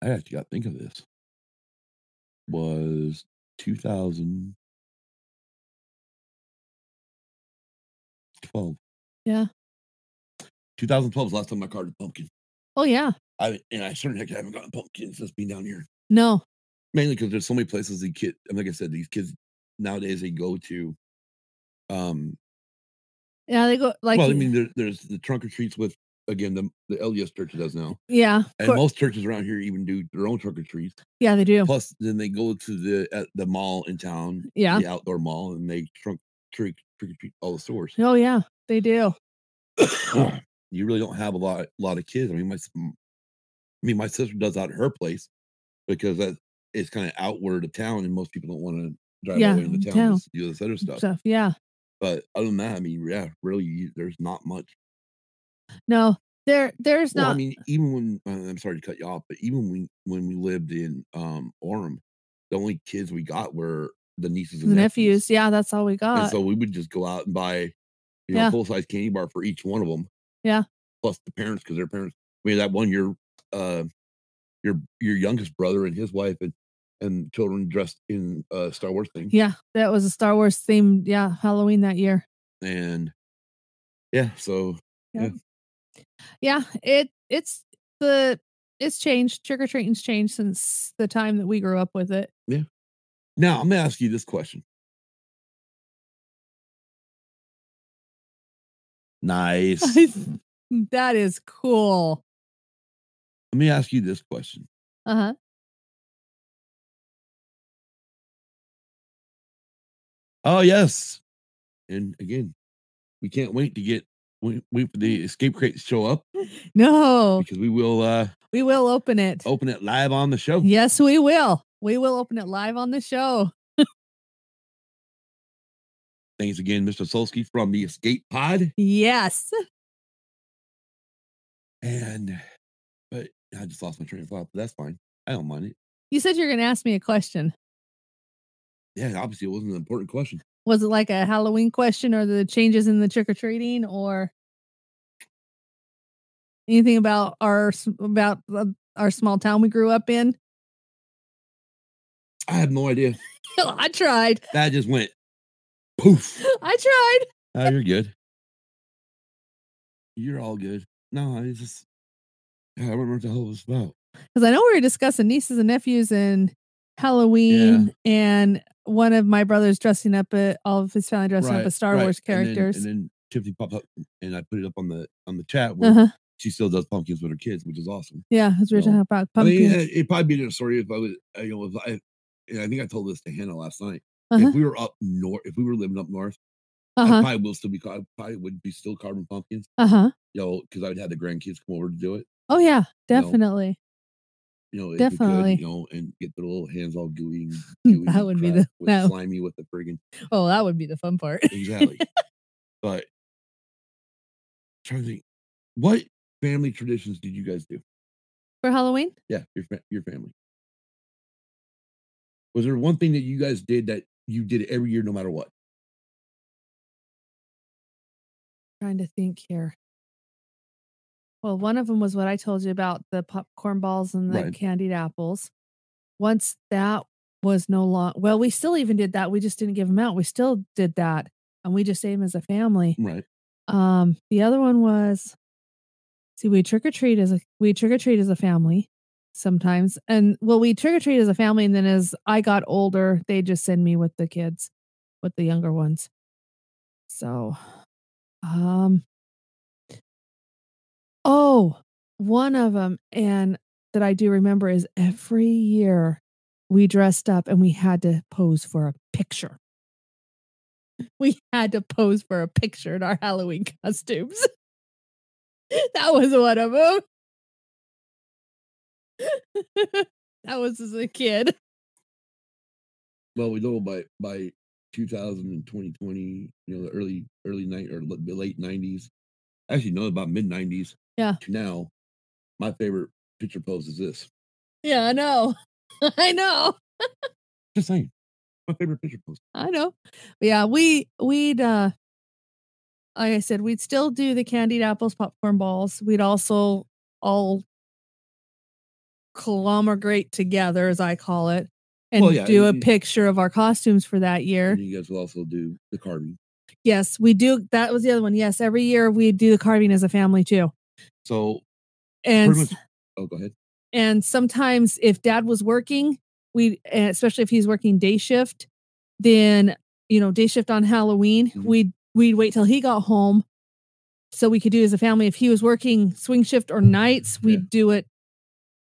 I actually gotta think of this. Was two thousand twelve. Yeah. 2012 was the last time I carved a pumpkin. Oh yeah. I and I certainly heck haven't gotten pumpkins since being down here. No. mainly because there's so many places the kid and like i said these kids nowadays they go to um Yeah, they go like well i mean there, there's the trunk or treats with again the, the lds church does now yeah, and for- most churches around here even do their own trunk or treats yeah, they do. plus then they go to the at the mall in town Yeah. the outdoor mall and they trunk trick trick or treat all the stores Oh yeah, they do. um, you really don't have a lot lot of kids i mean my s- m- i mean my sister does out at her place because that it's kind of outward of town and most people don't want to drive Yeah, all the way into town, town. to do this other stuff Stuff. Yeah. But other than that, I mean, yeah, really, you- there's not much. No, there there's Well, I not mean, even when uh, I'm sorry to cut you off, but even when when we lived in um Orem, the only kids we got were the nieces the and nephews. nephews. Yeah, that's all we got. And so we would just go out and buy, you know, Uh Yeah. full size candy bar for each one of them. Yeah. Plus the parents, because their parents. I mean, that one your uh your your youngest brother and his wife and and children dressed in uh Star Wars things. yeah, that was a Star Wars themed, yeah, Halloween that year. And yeah, so Yeah, it it's the it's changed. Trick or treating's changed since the time that we grew up with it. Now, I'm going to ask you this question. Nice. Let that is cool. me ask you this question. Uh-huh. Oh, yes. And again, we can't wait to get wait, wait for the escape crate to show up No, because we will uh we will open it. open it live on the show. Yes, we will. We will open it live on the show. Thanks again, Mr. Solsky from the Escape Pod. Yes. And but I just lost my train of thought, but that's fine. I don't mind it. You said you were going to ask me a question. Yeah, obviously it wasn't an important question. Was it like a Halloween question or the changes in the trick or treating or anything about our s- about uh, our small town we grew up in? I have no idea. Oh, I tried. That just went poof. I tried. Oh, you're good. You're all good. No, I just I don't remember what the hell it was about. Cuz I know we were discussing nieces and nephews and Halloween and one of my brothers dressing up a, all of his family dressing up Right, as Star right. Wars And then- characters. And then, Tiffany popped up and I put it up on the on the chat where uh-huh. she still does pumpkins with her kids, which is awesome. Yeah, as we were No. talking about pumpkins. I mean, it, it'd probably be a story if I was, uh, you know, if I, and I think I told this to Hannah last night. Uh-huh. If we were up north, if we were living up north, I uh-huh. probably will still be, ca- I probably would be still carving pumpkins, Uh-huh. you know, because I would have the grandkids come over to do it, Oh yeah, No. definitely. you know, if Definitely. we could, you know, and get the little hands all gooey and gooey That and would be crap the- with that- slimy with the friggin' Oh, that would be the fun part. exactly. but trying to think, what family traditions did you guys do? For Halloween? Yeah, your fa- your family. Was there one thing that you guys did that you did every year, no matter what? Trying to think here. Well, one of them was what I told you about the popcorn balls and the Right. candied apples. Once that was no long well, we still even did that. We just didn't give them out. We still did that, and we just ate them as a family. Right. Um, the other one was see, we trick or treat as a we trick or treat as a family sometimes. And well, we trick or treat as a family, and then as I got older, they just send me with the kids, with the younger ones. So um oh, one of them and that I do remember is every year we dressed up and we had to pose for a picture we had to pose for a picture in our Halloween costumes. that was one of them. that was as a kid. Well, we know by by 2000 and 2020, you know, the early early night or l- the late 90s, actually no, about mid 90s. Yeah. To now, my favorite picture pose is this. Yeah, I know. I know. Just saying, my favorite picture pose. I know. Yeah, we we'd uh like I said, we'd still do the candied apples, popcorn balls. We'd also all conglomerate together, as I call it, and Well, yeah, do a you- picture of our costumes for that year. And you guys will also do the carving. Yes, we do. That was the other one. Yes, every year we do the carving as a family too. So And pretty s- much. Oh, go ahead. and sometimes if dad was working, we and especially if he's working day shift, then you know, day shift on Halloween, Mhm. we'd we'd wait till he got home so we could do it as a family. If he was working swing shift or nights, we'd do it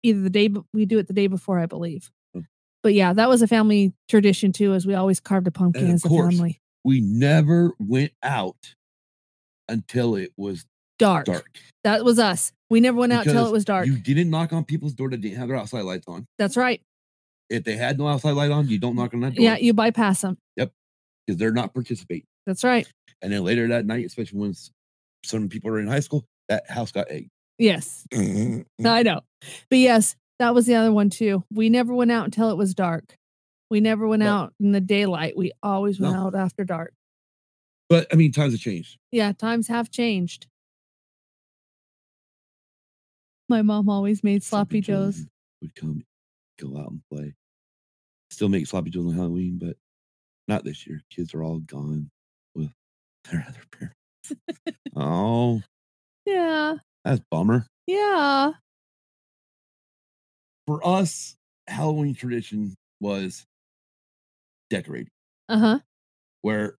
either the day we do it the day before, I believe. Mm. But yeah, that was a family tradition too, as we always carved a pumpkin of as a course, family. We never went out until it was Dark. dark. That was us. We never went out till Because it was dark. You didn't knock on people's door that didn't have their outside lights on. That's right. If they had no outside light on, you don't knock on that Yeah, door you bypass them. because they're not participating. That's right. And then later that night, especially when s- some people are in high school, that house got egged. Yes, Mm. I know. But yes, that was the other one too. We never went out until it was dark. We never went No. out in the daylight. We always went No. out after dark. But I mean, times have changed. Yeah, times have changed. My mom always made sloppy joes. would come, go out and play. Still make sloppy joes on Halloween, but not this year. Kids are all gone with their other parents. oh, Yeah, that's a bummer. yeah. for us, Halloween tradition was decorating, Uh huh. where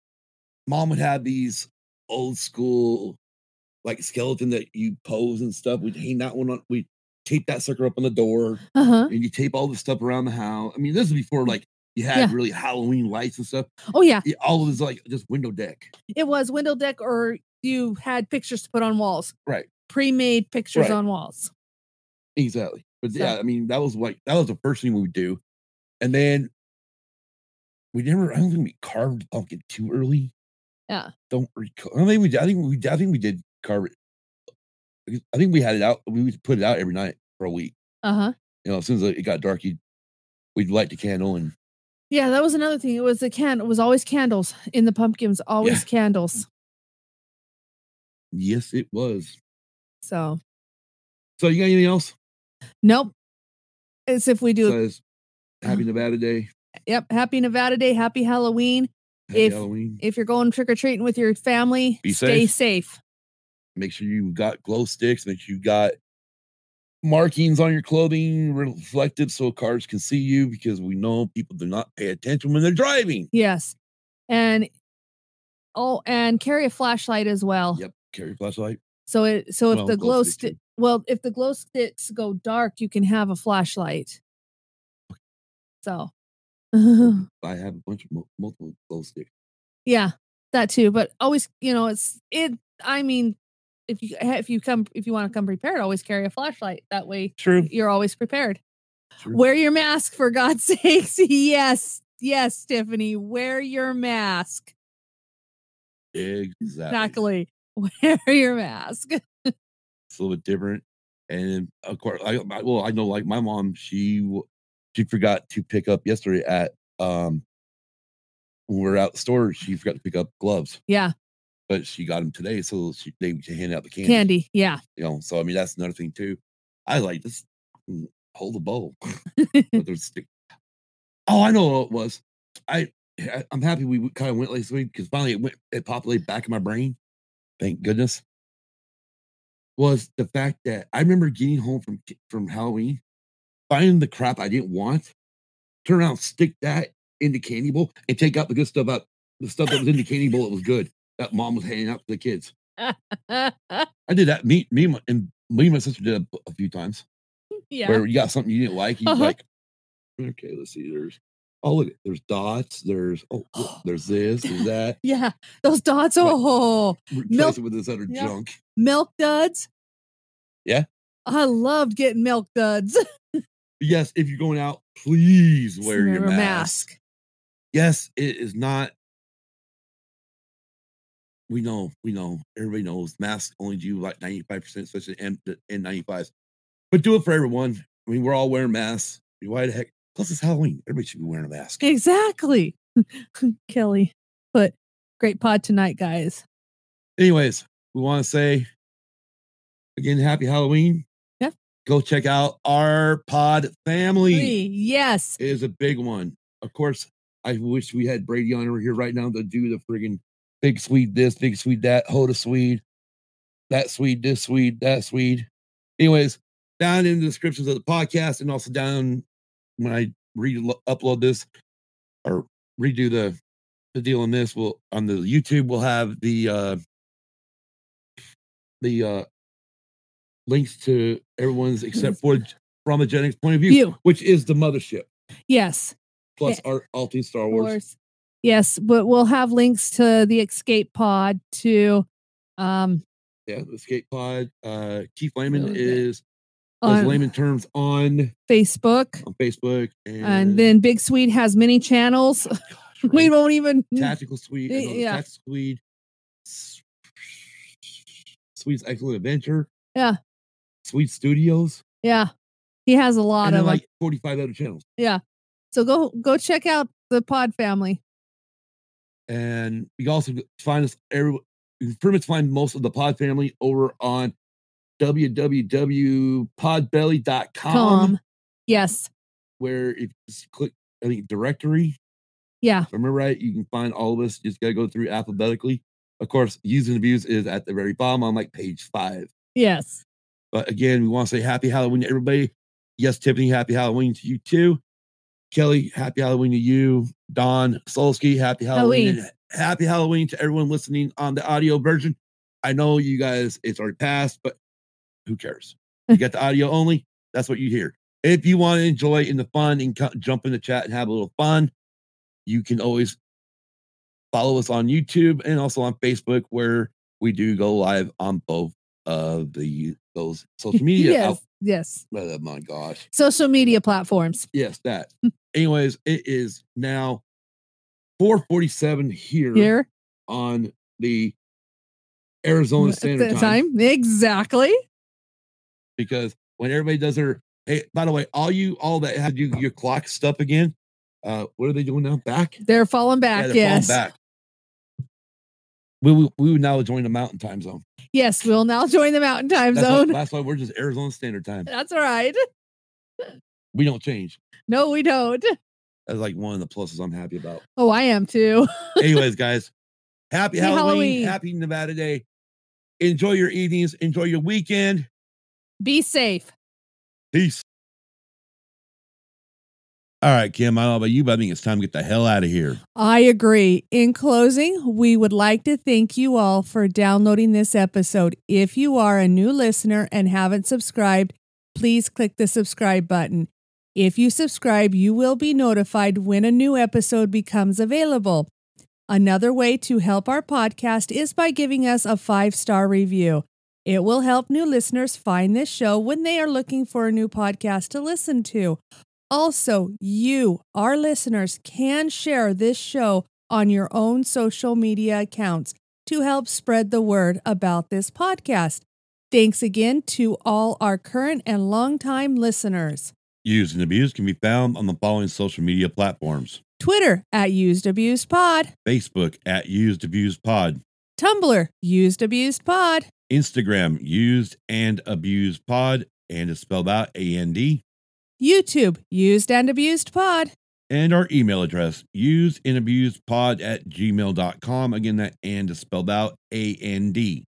mom would have these old school like skeleton that you pose and stuff. We'd hang that one on, we'd tape that sucker up on the door Uh huh. and you tape all the stuff around the house. I mean, this is before like you had Yeah. really Halloween lights and stuff. Oh yeah, It- all of this like just window deck. it was window deck, or you had pictures to put on walls. Right. Pre-made pictures Right. on walls. Exactly. But So- yeah, I mean, that was like that was the first thing we would do. And then we never I don't think we carved pumpkin too early. Yeah. Don't recall. I think we did- I think we I think we did carve it. because I think we had it out. We would put it out every night for a week. Uh huh. You know, as soon as it got dark, you'd, we'd light the candle and Yeah, that was another thing. It was the can. It was always candles in the pumpkins. Always candles. yes, it was. So So you got anything else? nope. It's if we do. Besides, happy Nevada Day. Yep. Happy Nevada Day. Happy Halloween. Happy If- Halloween. If you're going trick or treating with your family, Be stay safe. safe. Make sure you got glow sticks. Make sure you got markings on your clothing reflective so cars can see you because we know people do not pay attention when they're driving. Yes. And oh, and carry a flashlight as well. Yep, carry a flashlight. So it so if Well, the glow glow stick, stick well, if the glow sticks go dark, you can have a flashlight. So I have a bunch of mul- multiple glow sticks. yeah, that too. But always, you know, it's it I mean, if you eh, if you come if you want to come prepared, always carry a flashlight. That way True. you're always prepared. true. Wear your mask for God's sakes. Yes. Yes, Tiffany, wear your mask. exactly. Exactly. Wear your mask. it's a little bit different. And then, of course, I, I well, I know like my mom, she w- she forgot to pick up yesterday at um when we were out at the store, she forgot to pick up gloves, Yeah. but she got them today, so she, they hand out the candy. Candy. Yeah. You know, so I mean that's another thing too. I like this mm, hold the bowl. with their stick. Oh, I know what it was. I I- I'm happy we kind of went last week because finally it went it populated back in my brain. Thank goodness. Was the fact that I remember getting home from ki- from Halloween, finding the crap I didn't want, turn around, stick that in the candy bowl, and take out the good stuff out the stuff that was in the candy bowl that was good that mom was handing out to the kids. I did that. Me, me, and my- and me and my sister did it a few times yeah. where you got something you didn't like, you Uh-huh. like, okay, let's see. There's oh look, there's dots. There's oh look, there's this, there's that. Yeah, those dots. Like- Oh, Replace Milk- it with this other Yeah. junk. milk duds. Yeah. I loved getting milk duds. Yes, if you're going out, please wear your Remember mask. Yes, it is not. We know, we know, everybody knows masks only do like 95%, especially N, the N95s. But do it for everyone. I mean, we're all wearing masks. Why the heck? Plus, it's Halloween. Everybody should be wearing a mask. Exactly. Kelly, but great pod tonight, guys. anyways, we want to say again, happy Halloween. Yeah. Go check out our pod family. Three, Yes. It is a big one. Of course, I wish we had Brady on over here right now to do the friggin' big Swede this, big Swede that, Hoda Swede, that Swede, this Swede, that Swede. Anyways, down in the descriptions of the podcast and also down when I re upload this or redo the the deal on this, we'll on the YouTube we'll have the uh the uh links to everyone's except for from a Genix point of view, You. which is the mothership Yes. plus our all things Star Wars. course. Yes, but we'll have links to the escape pod to um Yeah, the Escape Pod. Uh, Keith Lehman So good. is has on Lehman Terms on Facebook. on Facebook, and, And then Big Sweet has many channels. we won't even Tactical Suite, Y- and on the mm, eh, yeah. Tactical Suite, S- Sweet's Excellent Adventure, Yeah. Sweet Studios, Yeah. He has a lot and of then them. like forty five other channels. So go go check out the Pod family. and you can also g- find us every you can pretty much find most of the pod family over on www.podbelly.com Tom. Yes. where if you just click I think directory, Yeah. if I remember right, you can find all of us. You just gotta go through alphabetically. Of course, using and abuse is at the very bottom on like page five. Yes. But again, we want to say happy Halloween to everybody. Yes, Tiffany, happy Halloween to you too. Kelly, happy Halloween to you. Don Solsky, happy Halloween. Halloween. and Happy Halloween to everyone listening on the audio version. I know you guys, it's already passed, but who cares? You got the audio only. That's what you hear. If you want to enjoy in the fun and co- jump in the chat and have a little fun, you can always follow us on YouTube and also on Facebook, where we do go live on both of the those social media. yes. out- Yes. oh my gosh, Social media platforms. yes, that. Anyways, it is now 4:47 here, Here. on the Arizona at Standard the time. Exactly. because when everybody does their hey, by the way, all you all that had you your clock stuff again, uh, what are they doing now? Back? They're falling back. yeah, they're yes. falling back. We, we we would now join the mountain time zone. Yes. We'll now join the mountain time That's why, zone. that's why we're just Arizona Standard Time. That's all right. We don't change. No, we don't. That's like one of the pluses I'm happy about. Oh, I am too. Anyways, guys, happy Happy Halloween, Halloween. happy Nevada Day. Enjoy your evenings, enjoy your weekend. Be safe. Peace. All right, Kim, I don't know about you, but I think it's time to get the hell out of here. I agree. In closing, we would like to thank you all for downloading this episode. If you are a new listener and haven't subscribed, please click the subscribe button. If you subscribe, you will be notified when a new episode becomes available. Another way to help our podcast is by giving us a five star review. It will help new listeners find this show when they are looking for a new podcast to listen to. Also, you, our listeners, can share this show on your own social media accounts to help spread the word about this podcast. Thanks again to all our current and longtime listeners. Used and abused can be found on the following social media platforms Twitter at Used Abused Pod, Facebook at Used Abused Pod, Tumblr, Used Abused Pod, Instagram Used and Abused Pod, and it's spelled out A N D, YouTube, Used and Abused Pod. and our email address used and abused pod at gmail.com. Again, that and is spelled out A N D.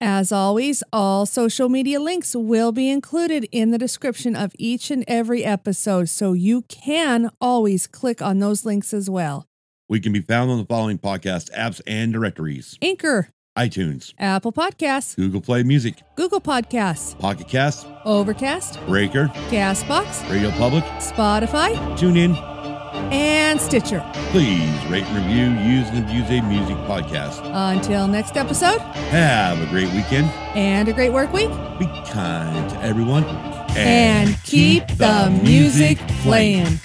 As always, all social media links will be included in the description of each and every episode, so you can always click on those links as well. We can be found on the following podcast apps and directories Anchor, iTunes, Apple Podcasts, Google Play Music, Google Podcasts, Pocket Cast, Overcast, Breaker, Castbox, Radio Public, Spotify, TuneIn. and Stitcher. Please rate and review Used and Abused a Music Podcast. Until next episode, Have a great weekend. and a great work week, Be kind to everyone. and keep the music playing.